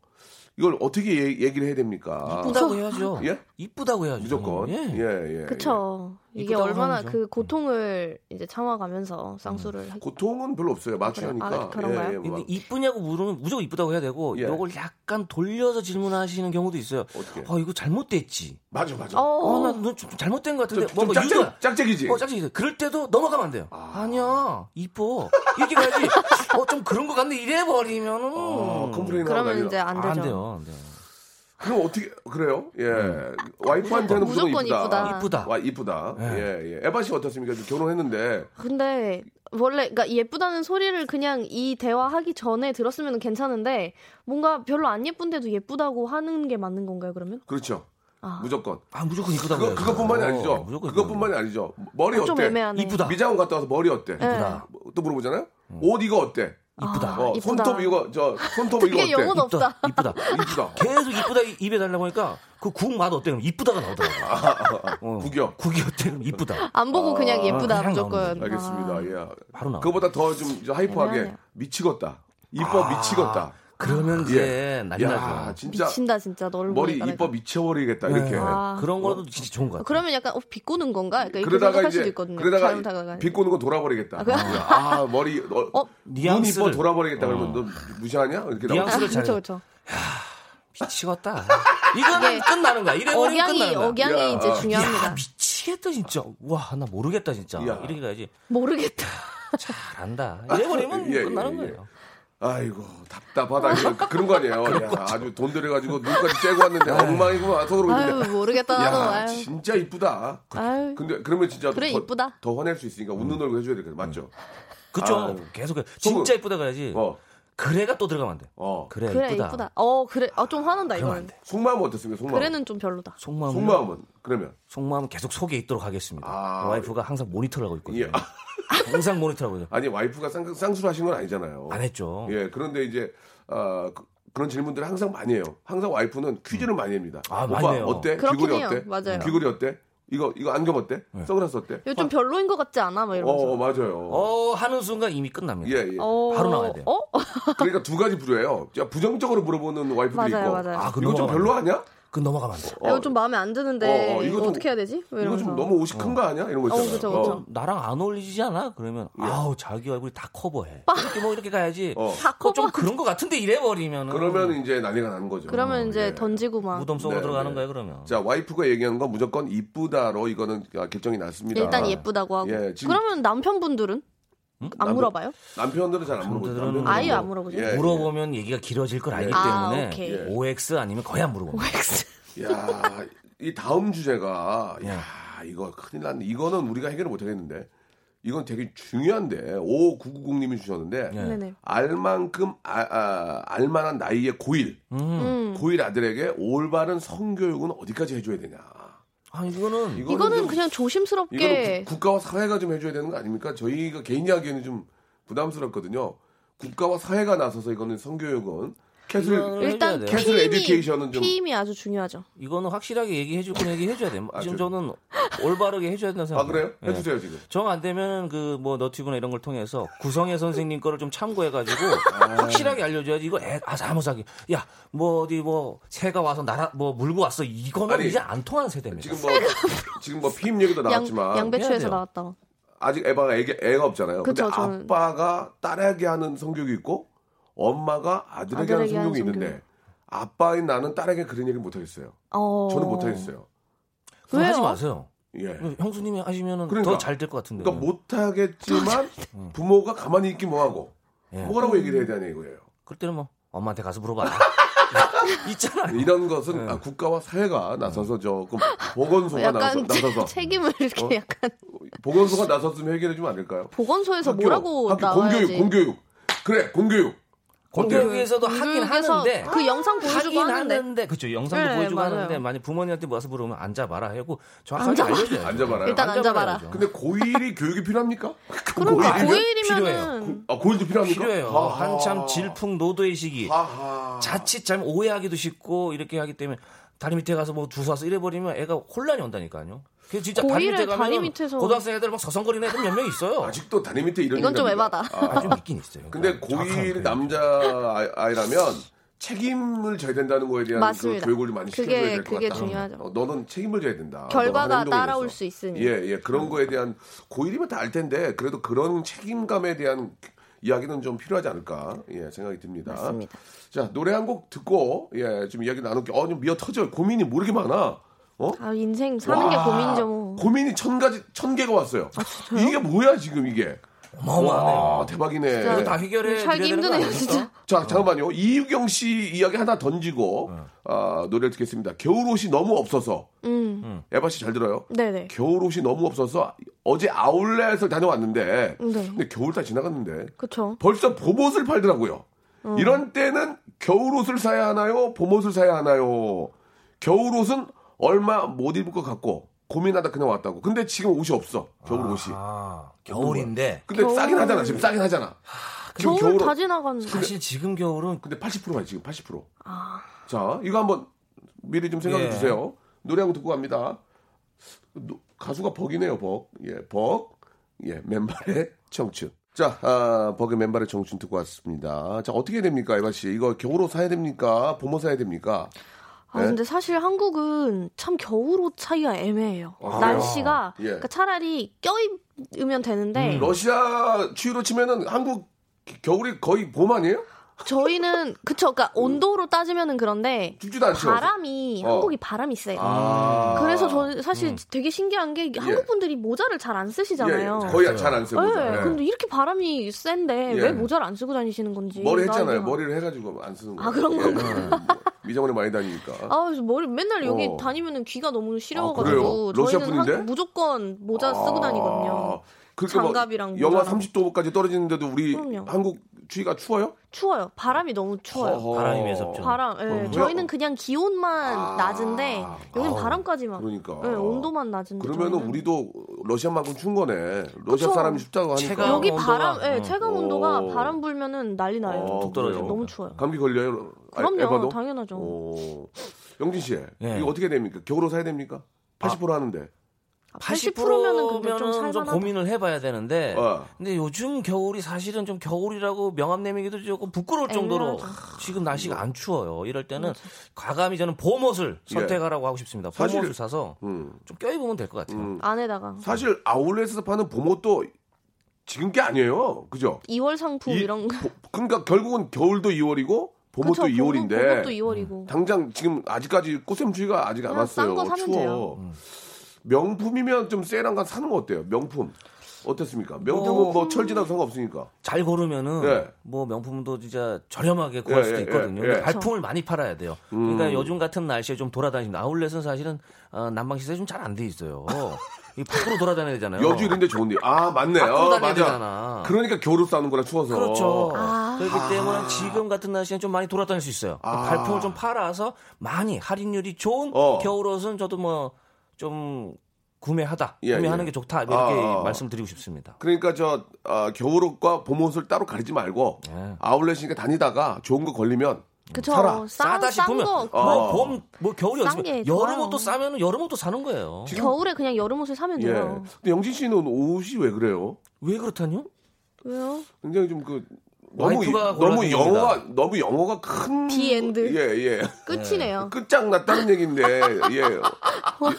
Speaker 1: 이걸 어떻게 얘- 얘기를 해야 됩니까?
Speaker 6: 이쁘다고 해야죠.
Speaker 1: 예?
Speaker 6: 이쁘다고 해야죠.
Speaker 1: 무조건.
Speaker 6: 예.
Speaker 1: 예, 예. 예.
Speaker 3: 어, 그쵸 이게
Speaker 6: 이쁘다고
Speaker 3: 얼마나
Speaker 6: 하면서.
Speaker 3: 그 고통을 이제 참아가면서 쌍수를 하-
Speaker 1: 음. 고통은 별로 없어요. 맞추니까.
Speaker 3: 아, 그런가요?
Speaker 1: 예, 예, 막.
Speaker 6: 근데 이쁘냐고 물으면 무조건 이쁘다고 해야 되고
Speaker 1: 예.
Speaker 6: 요걸 약간 돌려서 질문하시는 경우도 있어요.
Speaker 1: 어떻게?
Speaker 6: 아 이거 잘못됐지.
Speaker 1: 맞아, 맞아.
Speaker 3: 어, 뭐
Speaker 6: 어나좀 잘못된 것 같은데
Speaker 1: 좀, 좀
Speaker 6: 뭔가
Speaker 1: 짝짝,
Speaker 6: 유도.
Speaker 1: 짝짝이지.
Speaker 6: 어 짝짝이. 그럴 때도 넘어가면 안 돼요. 아... 니야 이뻐. 이렇게 가야지. 어 좀 그런 것 같네. 이래 버리면은
Speaker 1: 어, 컴플레인 하고
Speaker 3: 그러면
Speaker 1: 난리나.
Speaker 3: 이제 안 되죠.
Speaker 6: 안 돼요. 안 돼요.
Speaker 1: 그럼 어떻게 그래요? 예 와이프한테는 무조건,
Speaker 3: 아, 무조건
Speaker 1: 이쁘다.
Speaker 3: 이쁘다.
Speaker 6: 아, 이쁘다.
Speaker 1: 와 이쁘다. 예예. 에바 씨 어떻습니까? 지금 결혼했는데
Speaker 3: 근데 원래 그러니까 예쁘다는 소리를 그냥 이 대화하기 전에 들었으면 괜찮은데 뭔가 별로 안 예쁜데도 예쁘다고 하는 게 맞는 건가요 그러면?
Speaker 1: 그렇죠. 무조건.
Speaker 6: 아 무조건 이쁘다고
Speaker 1: 그거
Speaker 6: 해야죠.
Speaker 1: 그것뿐만이
Speaker 6: 어,
Speaker 1: 아니죠.
Speaker 6: 무조건
Speaker 1: 그것뿐만이 아니죠. 머리
Speaker 3: 좀
Speaker 1: 어때?
Speaker 3: 애매하네. 예.
Speaker 6: 이쁘다.
Speaker 1: 미장원 갔다 와서 머리 어때?
Speaker 6: 이쁘다.
Speaker 1: 뭐, 또 물어보잖아요.
Speaker 6: 음.
Speaker 1: 옷 이거 어때?
Speaker 6: 이쁘다.
Speaker 1: 어,
Speaker 3: 이쁘다.
Speaker 1: 손톱 이거 저 손톱 이거 어때?
Speaker 3: 되게 영혼 아, 없-
Speaker 6: 이쁘다. 이쁘다.
Speaker 1: 이쁘다.
Speaker 6: 계속 이쁘다 이- 입에 달라고 하니까 그 국 맛 어때? 그럼 이쁘다가 나오더라고요.
Speaker 1: 아,
Speaker 6: 어.
Speaker 1: 구겨.
Speaker 6: 국이 어때? 그럼 이쁘다.
Speaker 3: 안 보고 그냥 예쁘다
Speaker 6: 어, 그냥
Speaker 3: 무조건.
Speaker 1: 알겠습니다.
Speaker 3: 아.
Speaker 1: 예.
Speaker 6: 바로 나와.
Speaker 1: 그거보다 더 좀 하이퍼하게
Speaker 3: 애매하네요.
Speaker 1: 미치겠다. 이뻐 미치겠다.
Speaker 6: 그러면 이제
Speaker 1: 야,
Speaker 6: 아, 난리나죠.
Speaker 1: 진짜
Speaker 3: 미친다 진짜 너를
Speaker 1: 머리
Speaker 3: 보니까 내가.
Speaker 1: 이뻐 미쳐버리겠다 이렇게.
Speaker 3: 아.
Speaker 6: 그런 거도 진짜 좋은 것 같아요.
Speaker 3: 그러면 약간 어, 비꼬는 건가? 약간 이렇게
Speaker 1: 그러다가
Speaker 3: 생각할 수도
Speaker 1: 이제
Speaker 3: 있거든요. 잘못
Speaker 1: 그러다가
Speaker 3: 다가가는.
Speaker 1: 비꼬는 거 돌아버리겠다.
Speaker 3: 그래요?
Speaker 1: 아, 머리 어,
Speaker 3: 어?
Speaker 1: 눈 이뻐
Speaker 6: 뉘앙스를. 어.
Speaker 1: 돌아버리겠다 그러면 너 무시하냐? 이렇게 나오고.
Speaker 6: 뉘앙스.
Speaker 3: 아, 그렇죠
Speaker 6: 잘-
Speaker 3: 그렇죠.
Speaker 6: 미치겠다. 이거는
Speaker 3: 이게
Speaker 6: 끝나는 거야. 이래 버리면
Speaker 3: 그- 네. 억양이
Speaker 6: 끝나는 거야.
Speaker 3: 억양이
Speaker 1: 야.
Speaker 3: 이제 중요합니다.
Speaker 6: 야, 미치겠다 진짜. 와, 나 모르겠다 진짜.
Speaker 1: 야.
Speaker 6: 이렇게 가야지.
Speaker 3: 모르겠다.
Speaker 6: 잘한다. 이래 버리면
Speaker 1: 예, 예,
Speaker 6: 끝나는
Speaker 1: 예.
Speaker 6: 거예요.
Speaker 1: 아이고 답답하다 이런 그런 거 아니에요. 야, 아주 돈 들여가지고 눈까지 째고 왔는데
Speaker 6: 네.
Speaker 1: 엉망이구만 속으로
Speaker 3: 아유
Speaker 1: 있는데.
Speaker 3: 모르겠다. 나도
Speaker 1: 야
Speaker 3: 아유.
Speaker 1: 진짜 이쁘다.
Speaker 3: 아유.
Speaker 1: 근데 그러면 진짜
Speaker 3: 그래,
Speaker 1: 더,
Speaker 3: 이쁘다.
Speaker 1: 더 화낼 수 있으니까
Speaker 6: 음.
Speaker 1: 웃는 얼굴 해줘야 되거든 맞죠?
Speaker 6: 그쵸.
Speaker 1: 아.
Speaker 6: 계속 진짜 이쁘다 그래야지.
Speaker 1: 어,
Speaker 6: 그래가 또 들어가면 안 돼.
Speaker 1: 어.
Speaker 6: 그래
Speaker 3: 그래
Speaker 6: 이쁘다.
Speaker 3: 이쁘다. 어 그래. 어좀 화난다
Speaker 6: 그러면
Speaker 3: 이거는.
Speaker 6: 안 돼.
Speaker 1: 속마음 어떻습니까? 속마음.
Speaker 3: 그래는 좀 별로다.
Speaker 6: 속마음
Speaker 1: 속마음은 그러면
Speaker 6: 속마음은 계속 속에 있도록 하겠습니다. 그
Speaker 1: 아.
Speaker 6: 와이프가 항상 모니터를 하고 있거든요.
Speaker 1: 예. 아.
Speaker 6: 항상 모니터를 하고 있어요.
Speaker 1: 아니 와이프가 쌍, 쌍수를 하신 건 아니잖아요.
Speaker 6: 안 했죠.
Speaker 1: 예, 그런데 이제 아, 그, 런 질문들을 항상 많이 해요. 항상 와이프는 퀴즈를 많이 합니다.
Speaker 6: 아,
Speaker 1: 오빠
Speaker 6: 많이 해요.
Speaker 1: 어때?
Speaker 3: 그렇긴
Speaker 1: 귀걸이
Speaker 3: 해요.
Speaker 1: 어때? 음.
Speaker 3: 맞아요.
Speaker 1: 귀걸이 어때? 이거 이거 안경 어때? 선글라스 어때?
Speaker 3: 이거 좀 별로인 것 같지 않아? 막
Speaker 1: 어,
Speaker 3: 이러면서.
Speaker 1: 아. 어, 맞아요.
Speaker 6: 네. 어 하는 순간 이미 끝납니다.
Speaker 1: 예, 예.
Speaker 3: 네, 어,
Speaker 6: 바로 나와야 돼요.
Speaker 3: 어?
Speaker 1: 그러니까 두 가지 부류예요. 야, 부정적으로 물어보는 와이프도
Speaker 3: 맞아요,
Speaker 1: 있고.
Speaker 3: 맞아요.
Speaker 6: 아, 그거
Speaker 1: 이거 좀
Speaker 6: 넘어가면
Speaker 1: 별로 아니야?
Speaker 6: 그 넘어가면 안 돼.
Speaker 3: 이거 좀 마음에 안 드는데
Speaker 1: 어, 어, 이거
Speaker 3: 이거,
Speaker 1: 좀-
Speaker 3: 어떻게 해야 되지?
Speaker 1: 이거
Speaker 3: 왜 이러면서.
Speaker 1: 좀 너무 옷이 큰 거 아니야? 이런 거
Speaker 3: 어,
Speaker 1: 있잖아요.
Speaker 3: 그쵸, 그쵸.
Speaker 1: 어.
Speaker 6: 나랑 안 어울리지 않아? 그러면 아우 자기 얼굴이 다 커버해. 이렇게 뭐 이렇게 가야지.
Speaker 1: 예. 어.
Speaker 3: 다
Speaker 6: 그거 좀
Speaker 3: 커버.
Speaker 6: 그런 것 같은데 이래 버리면
Speaker 1: 그러면 이제 난리가 나는 거죠.
Speaker 3: 그러면 이제
Speaker 1: 예.
Speaker 3: 던지고 막
Speaker 6: 무덤 속으로
Speaker 1: 네,
Speaker 6: 들어가는
Speaker 1: 네.
Speaker 6: 거예요 그러면.
Speaker 1: 자, 와이프가 얘기하는 건 무조건 이쁘다로 이거는 아, 결정이 났습니다.
Speaker 3: 네, 일단 예쁘다고 하고.
Speaker 1: 예, 지금-
Speaker 3: 그러면 남편분들은
Speaker 1: 남편-
Speaker 3: 안 물어봐요?
Speaker 1: 남편들은 잘 안 물어보죠.
Speaker 6: 남편들은
Speaker 1: 남편들은
Speaker 3: 아예
Speaker 1: 뭐-
Speaker 3: 안 물어보죠.
Speaker 1: 예, 예.
Speaker 6: 물어보면 얘기가 길어질 걸 알기
Speaker 1: 예.
Speaker 3: 아, 오케이.
Speaker 6: 때문에 OX 아니면 거의 안 물어봅니다.
Speaker 1: 야, 이 다음 주제가 야, 이거 큰일 났네. 이거는 우리가 해결을 못 하겠는데. 이건 되게 중요한데. 5990님이 주셨는데
Speaker 3: 네네.
Speaker 1: 알만큼 아, 아, 알만한 나이에 고1
Speaker 3: 음.
Speaker 1: 고1 아들에게 올바른 성교육은 어디까지 해줘야 되냐.
Speaker 6: 아
Speaker 1: 이거는,
Speaker 6: 이거는
Speaker 3: 이거는
Speaker 1: 좀-
Speaker 3: 그냥
Speaker 1: 이거는
Speaker 3: 조심스럽게
Speaker 1: 국- 국가와 사회가 좀 해줘야 되는 거 아닙니까? 저희가 개인이 하기에는 좀 부담스럽거든요. 국가와 사회가 나서서 이거는 성교육은 캐슬
Speaker 6: 이거는 해줘야
Speaker 3: 일단
Speaker 6: 돼요.
Speaker 1: 캐슬 에듀케이션은
Speaker 3: 피임이
Speaker 1: 좀-
Speaker 3: 피임이 아주 중요하죠.
Speaker 6: 이거는 확실하게 얘기해 줄 건 얘기해 줘야 돼. 요
Speaker 1: 아,
Speaker 6: 지금
Speaker 1: 저-
Speaker 6: 저는 올바르게 해 줘야 된다고
Speaker 1: 아
Speaker 6: 생각해요. 예.
Speaker 1: 그래요?
Speaker 3: 네.
Speaker 1: 해주세요 지금.
Speaker 6: 정 안 되면 그 뭐 너튜브나 이런 걸 통해서 구성애 선생님 거를 좀 참고해가지고
Speaker 1: 아.
Speaker 6: 확실하게 알려줘야지 이거 애, 아 사무사기 야 뭐 어디 뭐 새가 와서 날아 뭐 물고 왔어 이거는
Speaker 1: 아니,
Speaker 6: 이제 안 통하는 세대입니다.
Speaker 1: 지금 뭐 지금 뭐 피임 얘기도
Speaker 3: 양,
Speaker 1: 나왔지만
Speaker 6: 해야
Speaker 3: 양배추에서
Speaker 6: 돼요.
Speaker 3: 나왔다.
Speaker 1: 아직 에바가 애기, 애가 없잖아요.
Speaker 3: 그쵸,
Speaker 1: 근데
Speaker 3: 저는.
Speaker 1: 아빠가 딸에게 하는 성격이 있고 엄마가 아들에게, 하는
Speaker 3: 아들에게 하는
Speaker 1: 성격이 있는데
Speaker 3: 성격.
Speaker 1: 아빠인 나는 딸에게 그런 얘기 못 하겠어요.
Speaker 3: 어.
Speaker 1: 저는 못 하겠어요.
Speaker 6: 그거 하지
Speaker 3: 왜요?
Speaker 6: 마세요.
Speaker 1: 예.
Speaker 6: 형수님이 하시면은
Speaker 1: 그러니까.
Speaker 6: 더 잘 될 것 같은데.
Speaker 1: 그러니까 못 하겠지만
Speaker 3: 음.
Speaker 1: 부모가 가만히 있기 뭐하고
Speaker 6: 예.
Speaker 1: 뭐라고 얘기를 해야 되냐 이거예요.
Speaker 6: 그럴 때는 뭐 엄마한테 가서 물어봐. 있잖아.
Speaker 1: 이런 것은 아, 국가와 사회가 나서서 조금 보건소가 나서,
Speaker 3: 약간
Speaker 1: 나서서
Speaker 3: 책임을 이렇게
Speaker 1: 어?
Speaker 3: 약간
Speaker 1: 보건소가 나섰으면 해결해 주면 안 될까요?
Speaker 3: 보건소에서
Speaker 1: 학교,
Speaker 3: 뭐라고
Speaker 1: 학교
Speaker 3: 나와야지.
Speaker 1: 공교육 공교육 그래 공교육
Speaker 6: 공교육에서도 하긴
Speaker 3: 공교육에서
Speaker 6: 하는데
Speaker 3: 음, 그 영상
Speaker 6: 하긴
Speaker 3: 보여주고 하는데
Speaker 6: 하는데 그쵸 영상도
Speaker 3: 네,
Speaker 6: 보여주고
Speaker 3: 맞아요.
Speaker 6: 하는데 만약 부모님한테 와서 물으면 앉아봐라 하고 정확하게 그러니까
Speaker 3: 앉아봐라.
Speaker 6: 알려줘야
Speaker 1: 앉아봐라.
Speaker 3: 일단 앉아봐라.
Speaker 1: 근데 고1이 교육이 필요합니까?
Speaker 3: 그러니까
Speaker 1: 고일이면-
Speaker 3: 고일이면은
Speaker 1: 아, 고일도 필요합니까?
Speaker 6: 필요해요.
Speaker 1: 아하.
Speaker 6: 한참 질풍노도의 시기.
Speaker 1: 아하.
Speaker 6: 자칫 잘못 오해하기도 쉽고 이렇게 하기 때문에 다리 밑에 가서 뭐 주워 와서 이래버리면 애가 혼란이 온다니까요. 그래서 진짜 다리
Speaker 3: 고일에
Speaker 6: 밑에 가면
Speaker 3: 다리 밑에서-
Speaker 6: 고등학생 애들 막 서성거리는 애들 몇 명 있어요.
Speaker 1: 아직도 다리 밑에 이런
Speaker 3: 이건 좀
Speaker 1: 인간이다.
Speaker 3: 에바다.
Speaker 6: 아, 좀 있긴 있어요.
Speaker 1: 근데
Speaker 6: 정확한
Speaker 1: 고1
Speaker 6: 그
Speaker 1: 남자 아이- 아이라면 책임을 져야 된다는 거에 대한 그
Speaker 3: 맞습니다.
Speaker 1: 교육을 좀 많이
Speaker 3: 그게-
Speaker 1: 시켜줘야 될 것 같다.
Speaker 3: 그게 중요하죠.
Speaker 1: 어, 너는 책임을 져야 된다.
Speaker 3: 결과가
Speaker 1: 너는 하는 행동에
Speaker 3: 따라올
Speaker 1: 대해서.
Speaker 3: 수 있으니. 음.
Speaker 1: 예, 예. 그런 거에 대한 고1이면 다 알 텐데 그래도 그런 책임감에 대한 이야기는 좀 필요하지 않을까 예, 생각이 듭니다.
Speaker 3: 맞습니다.
Speaker 1: 자, 노래 한 곡 듣고 예, 좀 이야기 나눌게. 어, 좀 미어 터져. 고민이 모르게 많아. 어?
Speaker 3: 아 인생 사는 게
Speaker 1: 와,
Speaker 3: 고민이죠 뭐. 아,
Speaker 1: 고민이 천 가지 천 개가 왔어요. 이게 뭐야 지금 이게?
Speaker 6: 어마어마하네요.
Speaker 1: 와, 대박이네.
Speaker 6: 이거 다 해결해.
Speaker 3: 음, 살기
Speaker 6: 드려야 되는 거
Speaker 3: 힘드네요
Speaker 6: 아닙니까?
Speaker 3: 진짜.
Speaker 1: 자 잠깐만요. 이유경 씨 이야기 하나 던지고 아, 노래를 듣겠습니다. 겨울 옷이 너무 없어서
Speaker 3: 음.
Speaker 1: 에바 씨 잘 들어요.
Speaker 3: 네네.
Speaker 1: 겨울 옷이 너무 없어서 어제 아울렛을 다녀왔는데
Speaker 3: 네.
Speaker 1: 근데 겨울 다 지나갔는데
Speaker 3: 그쵸.
Speaker 1: 벌써 봄옷을 팔더라고요.
Speaker 3: 어.
Speaker 1: 이런 때는 겨울옷을 사야 하나요? 봄옷을 사야 하나요? 겨울옷은 얼마 못 입을 것 같고 고민하다 그냥 왔다고. 근데 지금 옷이 없어. 겨울옷이.
Speaker 6: 아, 겨울인데
Speaker 1: 근데
Speaker 3: 겨울.
Speaker 1: 싸긴 하잖아. 지금 싸긴 하잖아. 지금
Speaker 3: 겨울
Speaker 1: 겨울은
Speaker 3: 다 지나갔는데.
Speaker 6: 사실 지금 겨울은
Speaker 1: 근데 80%만 지금 80%.
Speaker 3: 아.
Speaker 1: 자, 이거 한번 미리 좀 생각해
Speaker 6: 예.
Speaker 1: 주세요. 노래 한곡 듣고 갑니다. 노- 가수가 벅이네요, 벅. 예, 벅. 예, 맨발의 청춘. 자, 아, 버그 맨발의 정춘 듣고 왔습니다. 자, 어떻게 해야 됩니까, 에바 씨? 이거 겨울옷 사야 됩니까? 봄옷 사야 됩니까?
Speaker 3: 아,
Speaker 1: 네?
Speaker 3: 근데 사실 한국은 참 겨울옷 차이가 애매해요. 날씨가
Speaker 1: 예. 음.
Speaker 3: 그러니까 차라리 껴입으면 되는데
Speaker 1: 러시아 추위로 치면은 한국 기- 겨울이 거의 봄 아니에요?
Speaker 3: 저희는 그쵸, 그러니까 온도로 따지면은 그런데
Speaker 1: 춥지도 않죠.
Speaker 3: 바람이
Speaker 1: 음. 어.
Speaker 3: 한국이 바람이 세요.
Speaker 1: 아.
Speaker 3: 그래서 저는 사실 되게 신기한 게 한국 분들이 모자를 잘 안 쓰시잖아요.
Speaker 1: 예, 예. 거의 잘 안 쓰고.
Speaker 3: 네, 근데 이렇게 바람이 센데
Speaker 1: 예.
Speaker 3: 왜 모자를 안 쓰고 네, 다니시는 건지.
Speaker 1: 머리 했잖아요.
Speaker 3: 나는-
Speaker 1: 머리를 해가지고 안 쓰는 거.
Speaker 3: 아, 그런
Speaker 1: 건가? 미장원에 많이 다니니까.
Speaker 3: 아, 그래서 머리 맨날 여기
Speaker 1: 어.
Speaker 3: 다니면은 귀가 너무
Speaker 1: 그래요?
Speaker 3: 시려워가지고
Speaker 1: 러시아
Speaker 3: 저희는
Speaker 1: 분인데?
Speaker 3: 한- 무조건 모자 쓰고
Speaker 1: 아,
Speaker 3: 다니거든요.
Speaker 1: 그렇게 막
Speaker 3: 장갑이랑
Speaker 1: 영하
Speaker 3: 모자랑.
Speaker 1: 30도까지 떨어지는데도 우리
Speaker 3: 그럼요.
Speaker 1: 한국 추위가 추워요?
Speaker 3: 추워요. 바람이 너무 추워요.
Speaker 1: 어허.
Speaker 6: 바람이 매섭죠.
Speaker 3: 바람. 예,
Speaker 1: 그럼요?
Speaker 3: 저희는 그냥 기온만
Speaker 1: 아.
Speaker 3: 낮은데 여기는
Speaker 1: 아우,
Speaker 3: 바람까지만.
Speaker 1: 그러니까.
Speaker 3: 예, 온도만 낮은데.
Speaker 1: 그러면은
Speaker 3: 저희는.
Speaker 1: 우리도 러시아만큼 추운 거네. 러시아
Speaker 3: 그쵸.
Speaker 1: 사람이 춥다고 하니까.
Speaker 6: 체감-
Speaker 3: 여기
Speaker 6: 온도가-
Speaker 3: 바람, 예,
Speaker 6: 어.
Speaker 3: 체감 온도가
Speaker 1: 오.
Speaker 3: 바람 불면은 난리 나요.
Speaker 1: 어,
Speaker 6: 툭 떨어져요.
Speaker 1: 그래요?
Speaker 3: 너무 추워요.
Speaker 1: 감기 걸려요? 아,
Speaker 3: 그럼요,
Speaker 1: 에바도?
Speaker 3: 당연하죠.
Speaker 1: 오. 영진 씨,
Speaker 6: 예.
Speaker 1: 이거 어떻게 됩니까? 겨울옷 사야 됩니까? 80% 하는데.
Speaker 3: 아, 80%면은 근데 좀
Speaker 6: 좀,
Speaker 3: 살만하다.
Speaker 6: 고민을 해봐야 되는데
Speaker 1: 어.
Speaker 6: 근데 요즘 겨울이 사실은 좀 겨울이라고 명함 내미기도 조금 부끄러울 정도로
Speaker 3: 아,
Speaker 6: 지금 날씨가 안 추워요. 이럴 때는 과감히 저는 봄옷을
Speaker 1: 예.
Speaker 6: 선택하라고 하고 싶습니다.
Speaker 1: 사실은-
Speaker 6: 봄옷을 사서
Speaker 1: 음.
Speaker 6: 좀 껴입으면 될 것 같아요.
Speaker 3: 안에다가
Speaker 1: 사실 아울렛에서 파는 봄옷도 지금 게 아니에요. 그죠?
Speaker 3: 2월 상품
Speaker 1: 이-
Speaker 3: 이, 런 거.
Speaker 1: 보- 그러니까 결국은 겨울도 2월이고 봄옷도
Speaker 3: 그쵸, 봄-
Speaker 1: 2월인데 음.
Speaker 3: 봄옷도 2월이고.
Speaker 1: 당장 지금 아직까지 꽃샘추위가 아직 안
Speaker 3: 그냥 싼
Speaker 1: 왔어요.
Speaker 3: 거 사면
Speaker 1: 추워.
Speaker 3: 돼요.
Speaker 6: 음.
Speaker 1: 명품이면 좀 세일한 건 사는 거 어때요? 명품 어떻습니까? 명품은 뭐 철 지나도 상관없으니까.
Speaker 6: 잘 고르면은
Speaker 1: 예.
Speaker 6: 뭐 명품도 진짜 저렴하게 구할
Speaker 1: 예,
Speaker 6: 수도
Speaker 1: 예,
Speaker 6: 있거든요.
Speaker 1: 예, 음. 예.
Speaker 6: 근데 발품을 많이 팔아야 돼요. 그러니까 요즘 같은 날씨에 좀 돌아다니는 아울렛은 사실은 어, 난방 시설이 좀 잘 안 돼 있어요. 이 밖으로 돌아다녀야 되잖아요.
Speaker 1: 여주인데 좋은데. 아 맞네.
Speaker 6: 밖으로
Speaker 1: 어,
Speaker 6: 다녀야
Speaker 1: 맞아.
Speaker 6: 되잖아.
Speaker 1: 그러니까 겨울옷 사는 거라 추워서.
Speaker 6: 그렇죠.
Speaker 3: 아.
Speaker 6: 그렇기 때문에 지금 같은 날씨엔 좀 많이 돌아다닐 수 있어요.
Speaker 1: 아.
Speaker 6: 발품을 좀 팔아서 많이 할인율이 좋은
Speaker 1: 어.
Speaker 6: 겨울옷은 저도 뭐 좀 구매하다,
Speaker 1: 예,
Speaker 6: 구매하는
Speaker 1: 예.
Speaker 6: 게 좋다 이렇게
Speaker 1: 아.
Speaker 6: 말씀드리고 싶습니다.
Speaker 1: 그러니까 저 아, 겨울옷과 봄옷을 따로 가리지 말고
Speaker 6: 예.
Speaker 1: 아울렛이니까 다니다가 좋은 거 걸리면
Speaker 3: 그쵸.
Speaker 1: 사라.
Speaker 6: 싸다
Speaker 3: 싼, 싼
Speaker 6: 싶으면
Speaker 3: 거.
Speaker 1: 어.
Speaker 6: 뭐봄뭐 겨울이
Speaker 3: 싼
Speaker 6: 없으면
Speaker 3: 게
Speaker 6: 여름
Speaker 3: 좋아요.
Speaker 6: 옷도 싸면 여름 옷도 사는 거예요.
Speaker 3: 겨울에 그냥 여름 옷을 사면
Speaker 1: 예.
Speaker 3: 돼요.
Speaker 1: 근데 영진 씨는 옷이 왜 그래요?
Speaker 6: 왜 그렇다뇨?
Speaker 1: 예.
Speaker 3: 왜요?
Speaker 1: 굉장히 좀 그 너무 이-
Speaker 6: 와이프가
Speaker 1: 너무
Speaker 6: 골라줍니다.
Speaker 1: 영어가 너무 영어가 큰
Speaker 3: 비엔드.
Speaker 1: 예예
Speaker 3: 끝이네요.
Speaker 1: 끝장났다는 얘기인데 예
Speaker 3: 어.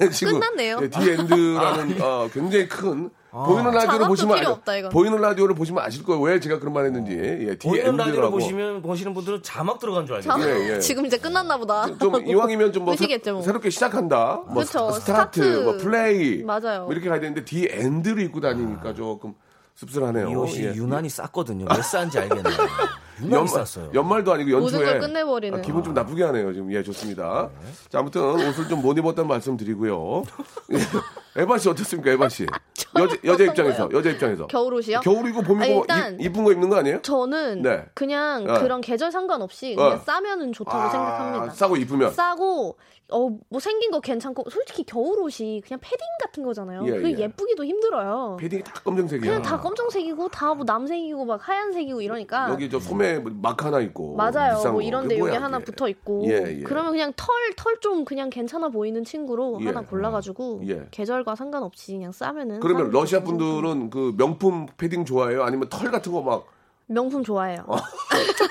Speaker 3: 끝,
Speaker 1: 지금
Speaker 3: 끝났네요.
Speaker 1: 예, 디엔드라는 어, 굉장히 큰
Speaker 6: 아.
Speaker 1: 보이는 라디오를
Speaker 3: 자막도
Speaker 1: 보시면
Speaker 3: 필요
Speaker 1: 알-
Speaker 3: 없다, 이건.
Speaker 1: 보이는 라디오를 보시면 아실 거예요 왜 제가 그런 말 했는지 예
Speaker 6: 보이는 라디오
Speaker 1: 디엔드라고
Speaker 6: 보시면 보시는 분들은 자막 들어간 줄 알죠.
Speaker 3: 자,
Speaker 1: 예, 예.
Speaker 3: 지금 이제 끝났나 보다.
Speaker 1: 좀 이왕이면 좀뭐
Speaker 3: 보시겠죠, 뭐.
Speaker 1: 새롭게 시작한다 뭐
Speaker 3: 그쵸,
Speaker 1: 스- 스타트,
Speaker 3: 스타트.
Speaker 1: 뭐 플레이
Speaker 3: 맞아요.
Speaker 1: 뭐 이렇게 가야 되는데 디엔드를 입고 다니니까 조금 씁쓸하네요
Speaker 6: 아. 이 옷이
Speaker 1: 예.
Speaker 6: 유난히 쌌거든요. 왜 싼지 알겠네요. 유난히 쌌어요.
Speaker 1: 연말도 아니고
Speaker 3: 모든
Speaker 1: 연초에
Speaker 3: 걸 끝내버리는.
Speaker 1: 아, 기분 좀 나쁘게 하네요 지금 예 좋습니다. 자 아무튼 옷을 좀 못 입었다는 말씀드리고요. 예. 에바 씨 어떻습니까 에바 씨 여자 여자
Speaker 3: 어떤
Speaker 1: 입장에서
Speaker 3: 거예요?
Speaker 1: 여자 입장에서
Speaker 3: 겨울 옷이요?
Speaker 1: 겨울이고 봄이고
Speaker 3: 아,
Speaker 1: 뭐
Speaker 3: 일단
Speaker 1: 이, 쁜거 입는 거 아니에요?
Speaker 3: 저는
Speaker 1: 네.
Speaker 3: 그냥
Speaker 1: 네.
Speaker 3: 그런 계절 상관없이 그냥
Speaker 1: 네.
Speaker 3: 싸면은 좋다고 생각합니다.
Speaker 1: 싸고 입으면
Speaker 3: 싸고 어 뭐 생긴 거 괜찮고 솔직히 겨울 옷이 그냥 패딩 같은 거잖아요.
Speaker 1: 예,
Speaker 3: 그게
Speaker 1: 예.
Speaker 3: 예.쁘기도 힘들어요.
Speaker 1: 패딩이 다 검정색이야.
Speaker 3: 그냥 다 검정색이고 다 뭐 남색이고 막 하얀색이고 이러니까
Speaker 1: 여기 저 소매 막 하나 있고
Speaker 3: 맞아요.
Speaker 1: 비싼
Speaker 3: 뭐
Speaker 1: 거.
Speaker 3: 이런데
Speaker 1: 그게
Speaker 3: 여기
Speaker 1: 뭐야,
Speaker 3: 하나
Speaker 1: 그게.
Speaker 3: 붙어 있고
Speaker 1: 예, 예.
Speaker 3: 그러면 그냥 털 털 좀 그냥 괜찮아 보이는 친구로
Speaker 1: 예.
Speaker 3: 하나 골라가지고
Speaker 1: 예.
Speaker 3: 계절과 상관없이 그냥 싸면은
Speaker 1: 그러면
Speaker 3: 사람들이
Speaker 1: 러시아
Speaker 3: 괜찮고.
Speaker 1: 분들은 그 명품 패딩 좋아해요? 아니면 털 같은 거 막 털
Speaker 3: 명품 좋아해요.
Speaker 1: 어.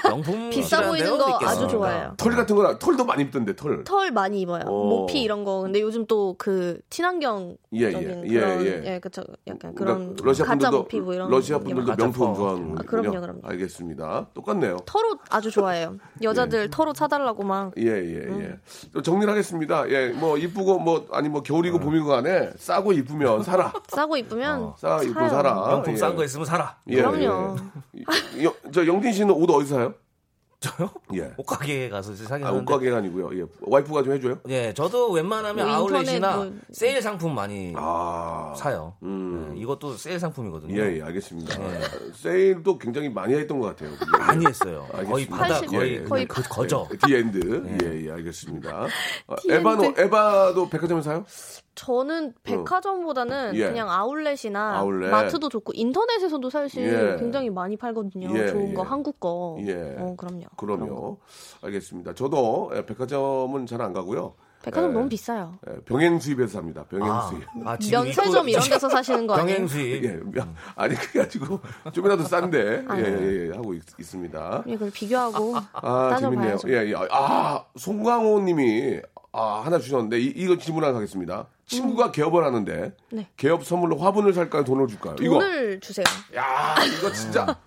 Speaker 6: 명품
Speaker 3: 비싸 보이는 거 아주 좋아해요.
Speaker 1: 같은 거나 털도 많이 입던데 털.
Speaker 3: 털 많이 입어요.
Speaker 1: 오.
Speaker 3: 모피 이런 거. 근데 요즘 또 그 친환경적인
Speaker 1: 예, 예.
Speaker 3: 그런
Speaker 1: 예,
Speaker 3: 예,
Speaker 1: 예.
Speaker 3: 그쵸. 약간
Speaker 1: 그러니까
Speaker 3: 그런
Speaker 1: 러시아
Speaker 3: 가짜
Speaker 1: 분들도
Speaker 3: 모피 뭐 이런
Speaker 1: 러시아
Speaker 3: 게
Speaker 1: 분들도
Speaker 3: 많아요.
Speaker 1: 명품 좋아하는
Speaker 3: 아, 그럼요, 그럼요.
Speaker 1: 알겠습니다. 똑같네요.
Speaker 3: 털옷 아주 좋아해요. 여자들 털옷 사달라고 막
Speaker 1: 예, 예, 예.
Speaker 3: 음.
Speaker 1: 또 정리를 하겠습니다. 예, 뭐 이쁘고 뭐 아니 뭐 겨울이고
Speaker 6: 네.
Speaker 1: 봄이고 간에 싸고 이쁘면 사라.
Speaker 3: 싸고 입으면
Speaker 1: 싸 입고
Speaker 3: 사요.
Speaker 1: 사라.
Speaker 6: 어. 명품
Speaker 1: 예.
Speaker 6: 싼 거 있으면 사라.
Speaker 1: 예,
Speaker 3: 그럼요.
Speaker 1: 예. 이- 여- 저 영진 씨는 옷 어디서 사요?
Speaker 6: 저요?
Speaker 1: 예.
Speaker 6: 옷가게에 가서 이제 사긴
Speaker 1: 아,
Speaker 6: 하는데.
Speaker 1: 옷가게가 아니고요. 예. 와이프가 좀 해줘요.
Speaker 6: 예, 저도 웬만하면
Speaker 3: 뭐 인터넷
Speaker 6: 아울렛이나
Speaker 3: 뭐-
Speaker 6: 세일 상품 많이
Speaker 1: 아,
Speaker 6: 사요.
Speaker 1: 음.
Speaker 6: 예, 이것도 세일 상품이거든요.
Speaker 1: 예, 예, 알겠습니다.
Speaker 6: 네.
Speaker 1: 세일도 굉장히 많이 했던 것 같아요. 그게.
Speaker 6: 많이 했어요. 거의
Speaker 1: 알겠습니다.
Speaker 6: 바다
Speaker 3: 80,
Speaker 6: 거의, 그
Speaker 1: 예,
Speaker 3: 거의
Speaker 6: 거, 거저.
Speaker 1: 디엔드. 예, 예, 알겠습니다. 아,
Speaker 3: 네. 디엔드.
Speaker 1: 에바노, 에바도 백화점에 사요?
Speaker 3: 저는 백화점보다는
Speaker 1: 어. 예.
Speaker 3: 그냥 아울렛이나
Speaker 1: 아울렛.
Speaker 3: 마트도 좋고 인터넷에서도 사실
Speaker 1: 예.
Speaker 3: 굉장히 많이 팔거든요.
Speaker 1: 예,
Speaker 3: 좋은 거
Speaker 1: 예.
Speaker 3: 한국 거.
Speaker 1: 예.
Speaker 3: 어, 그럼요.
Speaker 1: 그럼요. 알겠습니다. 저도 예, 백화점은 잘 안 가고요.
Speaker 3: 백화점
Speaker 1: 네.
Speaker 3: 너무 비싸요.
Speaker 1: 예, 병행 수입에서 삽니다. 병행
Speaker 6: 아,
Speaker 1: 수입.
Speaker 6: 아, 지금
Speaker 3: 면세점
Speaker 6: 입고-
Speaker 3: 이런 데서 사시는 거 아니에요?
Speaker 6: 병행수입.
Speaker 1: 예, 야, 아니 그게 아니고 좀이라도 싼데
Speaker 3: 아,
Speaker 1: 예,
Speaker 3: 네.
Speaker 1: 예, 예, 하고 있, 습니다
Speaker 3: 예, 그걸 비교하고
Speaker 1: 아 재밌네요.
Speaker 3: 따져봐야죠.
Speaker 1: 예, 예. 아 송강호님이 아 하나 주셨는데 이, 이거 질문 하나 가겠습니다. 친구가 개업을 하는데
Speaker 3: 음. 네.
Speaker 1: 개업 선물로 화분을 살까요, 돈을 줄까요? 이거
Speaker 3: 돈을 주세요.
Speaker 1: 야 이거 진짜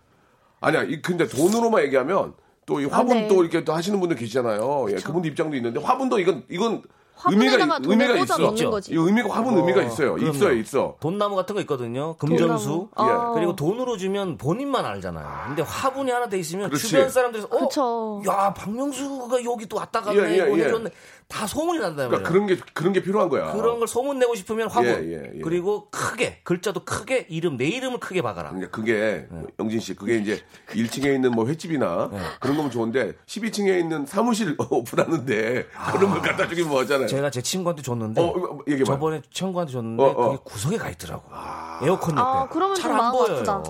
Speaker 1: 아니야. 이 근데 돈으로만 얘기하면 또 이 화분
Speaker 3: 아, 네.
Speaker 1: 또 이렇게 또 하시는 분들 계시잖아요. 예, 그분들 입장도 있는데 화분도 이건 이건 의미가
Speaker 3: 화분에다가
Speaker 1: 있-
Speaker 3: 돈을
Speaker 1: 의미가
Speaker 3: 꽂아
Speaker 1: 있어.
Speaker 3: 놓는 거지.
Speaker 1: 이 의미가 화분 의미가 있어요.
Speaker 6: 그럼요.
Speaker 1: 있어요, 있어.
Speaker 6: 돈나무 같은 거 있거든요. 금전수.
Speaker 1: 예.
Speaker 3: 어,
Speaker 6: 그리고 돈으로 주면 본인만 알잖아요. 근데 화분이 하나 돼 있으면
Speaker 1: 그렇지.
Speaker 6: 주변 사람들이 어,
Speaker 3: 그쵸.
Speaker 6: 야 박명수가 여기 또 왔다
Speaker 1: 예,
Speaker 6: 갔네,
Speaker 1: 예,
Speaker 6: 이거
Speaker 1: 예.
Speaker 6: 해줬네. 다 소문이 난다
Speaker 1: 그러니까
Speaker 6: 말이에요.
Speaker 1: 그런 게 그런 게 필요한 거야.
Speaker 6: 네. 그런 걸 소문 내고 싶으면 화분
Speaker 1: 어. 예, 예, 예.
Speaker 6: 그리고 크게 글자도 크게 이름 내 이름을 크게 박아라.
Speaker 1: 그러니까 그게
Speaker 6: 네.
Speaker 1: 영진 씨 그게 이제 1층에 있는 뭐 횟집이나 그런 거면 좋은데 12층에 있는 사무실 오픈하는데 그런 걸 갖다 주긴 뭐하잖아요.
Speaker 6: 제가 제 친구한테 줬는데
Speaker 1: 어, 이거 얘기해봐요.
Speaker 6: 저번에 친구한테 줬는데
Speaker 1: 어, 어.
Speaker 6: 그게 구석에 가 있더라고. 에어컨 옆에.
Speaker 3: 아, 그러면
Speaker 6: 잘
Speaker 3: 좀
Speaker 6: 안
Speaker 3: 마음
Speaker 6: 보여요.
Speaker 3: 아프다.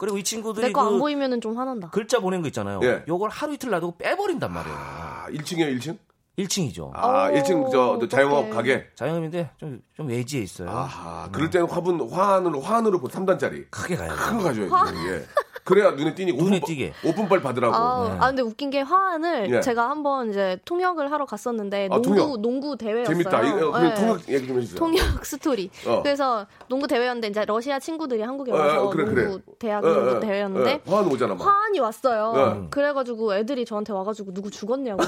Speaker 6: 그리고 이 친구들이
Speaker 3: 내 거 안
Speaker 6: 그
Speaker 3: 보이면은 좀 화난다.
Speaker 6: 글자 보낸 거 있잖아요.
Speaker 1: 예.
Speaker 6: 요걸 하루 이틀 놔두고 빼버린단 말이에요.
Speaker 1: 아, 1층이에요, 1층?
Speaker 6: 1층이죠.
Speaker 1: 아,
Speaker 3: 오,
Speaker 1: 1층 저저 자영업
Speaker 3: 어, 어떡해.
Speaker 1: 가게.
Speaker 6: 자영업인데 좀, 좀 외지에 있어요. 음.
Speaker 1: 아, 그럴 때는 화분 화환으로 화환으로 보 3단짜리.
Speaker 6: 크게 가야
Speaker 1: 큰
Speaker 6: 돼요.
Speaker 1: 거 가져야지. 예. 그래야 눈에 띄니
Speaker 6: 눈에
Speaker 1: 오픈바-
Speaker 6: 띄게. 네.
Speaker 1: 오픈빨 받으라고.
Speaker 3: 아, 아 근데 웃긴 게 화환을
Speaker 1: 네. 예.
Speaker 3: 제가 한번 이제 통역을 하러 갔었는데
Speaker 1: 아,
Speaker 3: 농구
Speaker 1: 통역.
Speaker 3: 농구 대회였어요.
Speaker 1: 재밌다. 이거 그럼
Speaker 3: 예.
Speaker 1: 통역 얘기 좀 해주세요.
Speaker 3: 통역 스토리.
Speaker 1: 어.
Speaker 3: 그래서 농구 대회였는데 이제 러시아 친구들이 한국에
Speaker 1: 어,
Speaker 3: 와서
Speaker 1: 어, 그래, 그래.
Speaker 3: 농구 대학
Speaker 1: 어,
Speaker 3: 농구
Speaker 1: 어,
Speaker 3: 대회였는데
Speaker 1: 어, 화환 오잖아 막.
Speaker 3: 화환이 왔어요.
Speaker 1: 예.
Speaker 3: 그래가지고 애들이 저한테 와가지고 누구 죽었냐고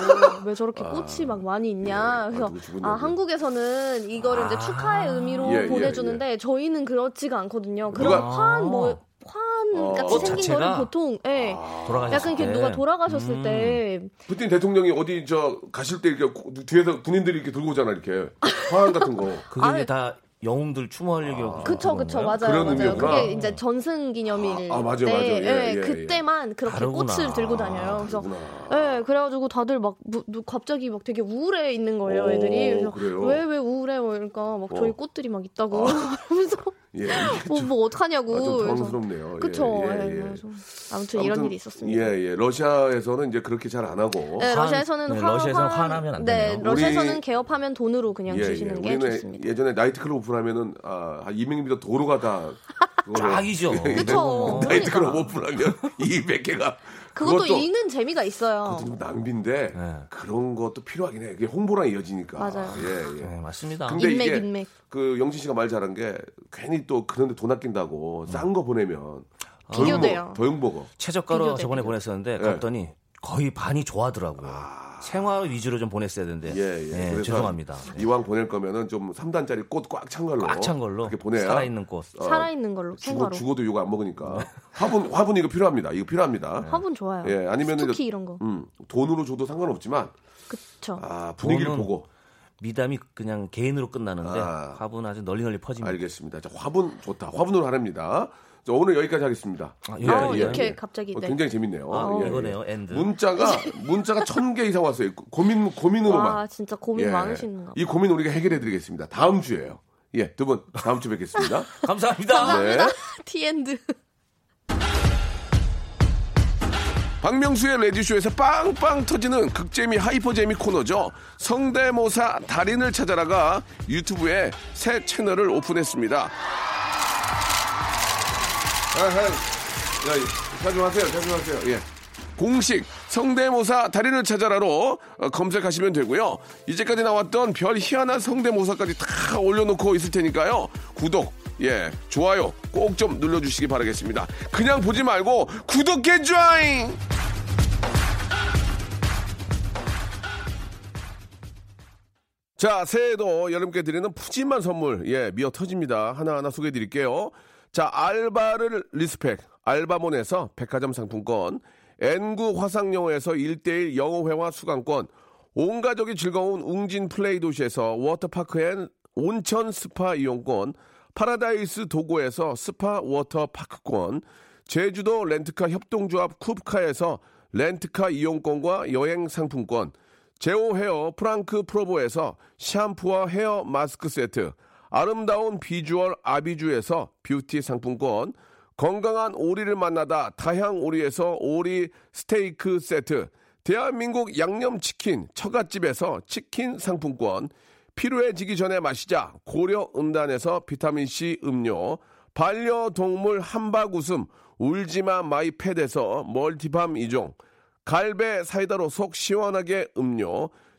Speaker 3: 왜 저렇게 꽃이 막 많이 있냐.
Speaker 1: 예. 아,
Speaker 3: 그래서
Speaker 1: 누구 죽었냐고. 아,
Speaker 3: 아 한국에서는 이거를 이제 축하의 의미로
Speaker 1: 예, 예,
Speaker 3: 보내주는데 저희는 그렇지가 않거든요. 그런
Speaker 1: 누가-
Speaker 3: 화환 뭐 화환 같이
Speaker 1: 어,
Speaker 3: 생긴
Speaker 6: 아. 자체가? 네.
Speaker 3: 거는 보통 예.
Speaker 6: 돌아가셨을
Speaker 3: 약간 이렇게
Speaker 6: 때. 음.
Speaker 3: 누가 돌아가셨을 때
Speaker 1: 푸틴 대통령이 어디 저 가실 때 이렇게 고- 뒤에서 군인들이 이렇게 들고 오잖아 이렇게 화환 같은 거.
Speaker 6: 그게
Speaker 3: 아니.
Speaker 6: 이제 다 영웅들 추모하려고.
Speaker 3: 그쵸 그쵸 맞아요
Speaker 1: 그런
Speaker 3: 맞아요
Speaker 1: 의미였구나.
Speaker 3: 그게 이제 전승 기념일
Speaker 1: 아, 아, 맞아요,
Speaker 3: 때
Speaker 1: 맞아요. 예,
Speaker 3: 예,
Speaker 1: 예,
Speaker 3: 그때만 그렇게
Speaker 6: 다르구나.
Speaker 3: 꽃을 들고 다녀요 그래서
Speaker 1: 아.
Speaker 3: 예 그래가지고 다들 막 무- 누- 갑자기 막 되게 우울해 있는 거예요
Speaker 1: 오,
Speaker 3: 애들이
Speaker 1: 그래요? 어.
Speaker 3: 그래서 왜 왜 우울해 뭐 이러니까 막 저희 꽃들이 막 있다고 그러면서
Speaker 1: 예. 이게
Speaker 3: 어, 뭐 어떡하냐고
Speaker 1: 아, 좀
Speaker 3: 그래서
Speaker 1: 당황스럽네요. 예,
Speaker 3: 그쵸
Speaker 1: 예,
Speaker 3: 예,
Speaker 1: 예.
Speaker 3: 그래서 아무튼 이런 일이 있었습니다.
Speaker 1: 예, 예. 러시아에서는 이제 그렇게 잘 안 하고.
Speaker 3: 네,
Speaker 6: 화환-
Speaker 3: 러시아에서는
Speaker 6: 네,
Speaker 3: 화,
Speaker 6: 러시아에서는
Speaker 3: 화환-
Speaker 6: 화하면 안
Speaker 3: 네,
Speaker 6: 되네요.
Speaker 3: 러시아에서는
Speaker 1: 우리-
Speaker 3: 개업하면 돈으로 그냥
Speaker 1: 예, 예.
Speaker 3: 주시는 게
Speaker 1: 우리는
Speaker 3: 좋습니다.
Speaker 1: 예전에 나이트클럽 오픈하면은 아, 한 200m 도로가 다 그거를-
Speaker 6: 쫙이죠.
Speaker 1: 예, 예.
Speaker 3: 그쵸. 그러니까.
Speaker 1: 나이트클럽 오픈하면 200개가
Speaker 3: 그것도 읽는 재미가 있어요.
Speaker 1: 좀 낭비인데
Speaker 6: 네.
Speaker 1: 그런 것도 필요하긴 해. 이게 홍보랑 이어지니까.
Speaker 3: 맞아요.
Speaker 1: 예, 예.
Speaker 6: 네, 맞습니다.
Speaker 1: 근데
Speaker 3: 인맥,
Speaker 1: 이게
Speaker 3: 인맥.
Speaker 1: 그 영진 씨가 말 잘한 게 괜히 또 그런데 돈 아낀다고 싼 거 보내면 더
Speaker 3: 비교돼요.
Speaker 1: 욕먹어. 더 욕먹어.
Speaker 6: 최저가로
Speaker 3: 비교돼,
Speaker 6: 저번에
Speaker 3: 비교.
Speaker 1: 예.
Speaker 6: 보냈었는데 갔더니 거의 반이 좋아하더라고요. 생활 위주로 좀 보냈어야 되는데.
Speaker 1: 예, 예.
Speaker 6: 네,
Speaker 1: 그래서
Speaker 6: 죄송합니다.
Speaker 1: 이왕 보낼 거면은 좀 3단짜리 꽃 꽉 찬 걸로.
Speaker 6: 꽉 찬 걸로
Speaker 1: 이렇게 보내야.
Speaker 6: 살아있는 꽃.
Speaker 3: 살아있는 걸로
Speaker 1: 죽어,
Speaker 3: 생화로
Speaker 1: 죽어도 욕 안 먹으니까. 화분, 화분 이거 필요합니다. 이거 필요합니다.
Speaker 6: 네.
Speaker 3: 화분 좋아요.
Speaker 1: 예, 아니면은
Speaker 3: 스토키
Speaker 1: 이제-
Speaker 3: 이런 거.
Speaker 1: 음, 돈으로 줘도 상관없지만,
Speaker 3: 그쵸.
Speaker 1: 아, 분위기를
Speaker 6: 돈은-
Speaker 1: 보고.
Speaker 6: 미담이 그냥 개인으로 끝나는데
Speaker 1: 아.
Speaker 6: 화분 아주 널리 널리 퍼집니다.
Speaker 1: 알겠습니다. 자, 화분 좋다. 화분으로 하랍니다. 자, 오늘 여기까지 하겠습니다.
Speaker 6: 아,
Speaker 3: 어,
Speaker 6: 예,
Speaker 3: 이렇게
Speaker 1: 예.
Speaker 3: 갑자기
Speaker 1: 어,
Speaker 3: 네.
Speaker 1: 굉장히 재밌네요.
Speaker 6: 아,
Speaker 1: 예, 예.
Speaker 6: 이거네요. 엔드.
Speaker 1: 문자가, 문자가 천 개 이상 왔어요. 고- 고민, 고민으로만.
Speaker 3: 와 아, 진짜 고민
Speaker 1: 예.
Speaker 3: 많으시는가.
Speaker 1: 이 고민 우리가 해결해 드리겠습니다. 다음 주에요. 예, 두 분, 다음 주에 뵙겠습니다. 네.
Speaker 6: 감사합니다.
Speaker 1: 감사합니다.
Speaker 3: 티엔드.
Speaker 1: 박명수의 레디쇼에서 빵빵 터지는 극재미 하이퍼재미 코너죠. 성대모사 달인을 찾아라가 유튜브에 새 채널을 오픈했습니다. 아, 자중하세요, 자중하세요. 예. 공식 성대모사 달인을 찾아라로 어, 검색하시면 되고요. 이제까지 나왔던 별 희한한 성대모사까지 다 올려놓고 있을 테니까요. 구독, 예, 좋아요 꼭 좀 눌러주시기 바라겠습니다. 그냥 보지 말고 구독해 줘잉! 자, 새해에도 여러분께 드리는 푸짐한 선물, 예, 미어 터집니다. 하나하나 소개해 드릴게요. 자, 알바를 리스펙, 알바몬에서 백화점 상품권, N구 화상영어에서 1대1 영어회화 수강권, 온 가족이 즐거운 웅진 플레이 도시에서 워터파크 앤 온천 스파 이용권, 파라다이스 도고에서 스파 워터파크권, 제주도 렌트카 협동조합 쿱카에서 렌트카 이용권과 여행 상품권, 제오 헤어 프랑크 프로보에서 샴푸와 헤어 마스크 세트, 아름다운 비주얼 아비주에서 뷰티 상품권, 건강한 오리를 만나다 다향 오리에서 오리 스테이크 세트, 대한민국 양념치킨 처갓집에서 치킨 상품권, 필요해지기 전에 마시자 고려 음단에서 비타민C 음료, 반려동물 한박 웃음 울지마 마이 팻에서 멀티밤 이종 갈배 사이다로 속 시원하게 음료,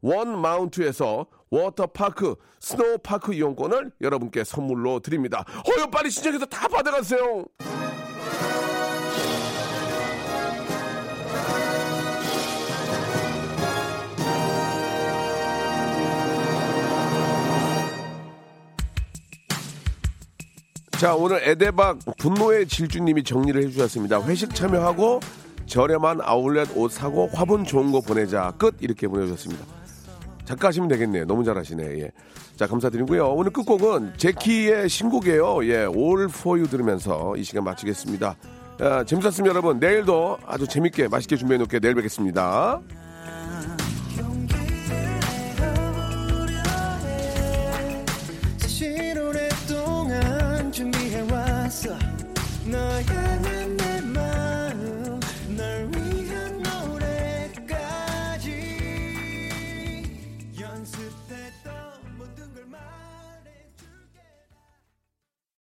Speaker 1: 원 마운트에서 워터파크 스노우파크 이용권을 여러분께 선물로 드립니다. 허여 빨리 신청해서 다 받아가세요. 자 오늘 에데박 분노의 질주님이 정리를 해주셨습니다. 회식 참여하고 저렴한 아울렛 옷 사고 화분 좋은 거 보내자 끝 이렇게 보내주셨습니다. 작가 하시면 되겠네요. 너무 잘하시네. 예. 자 감사드리고요. 오늘 끝곡은 제키의 신곡이에요. 예, All For You 들으면서 이 시간 마치겠습니다. 아, 재밌었으면 여러분 내일도 아주 재밌게 맛있게 준비해 놓게 내일 뵙겠습니다.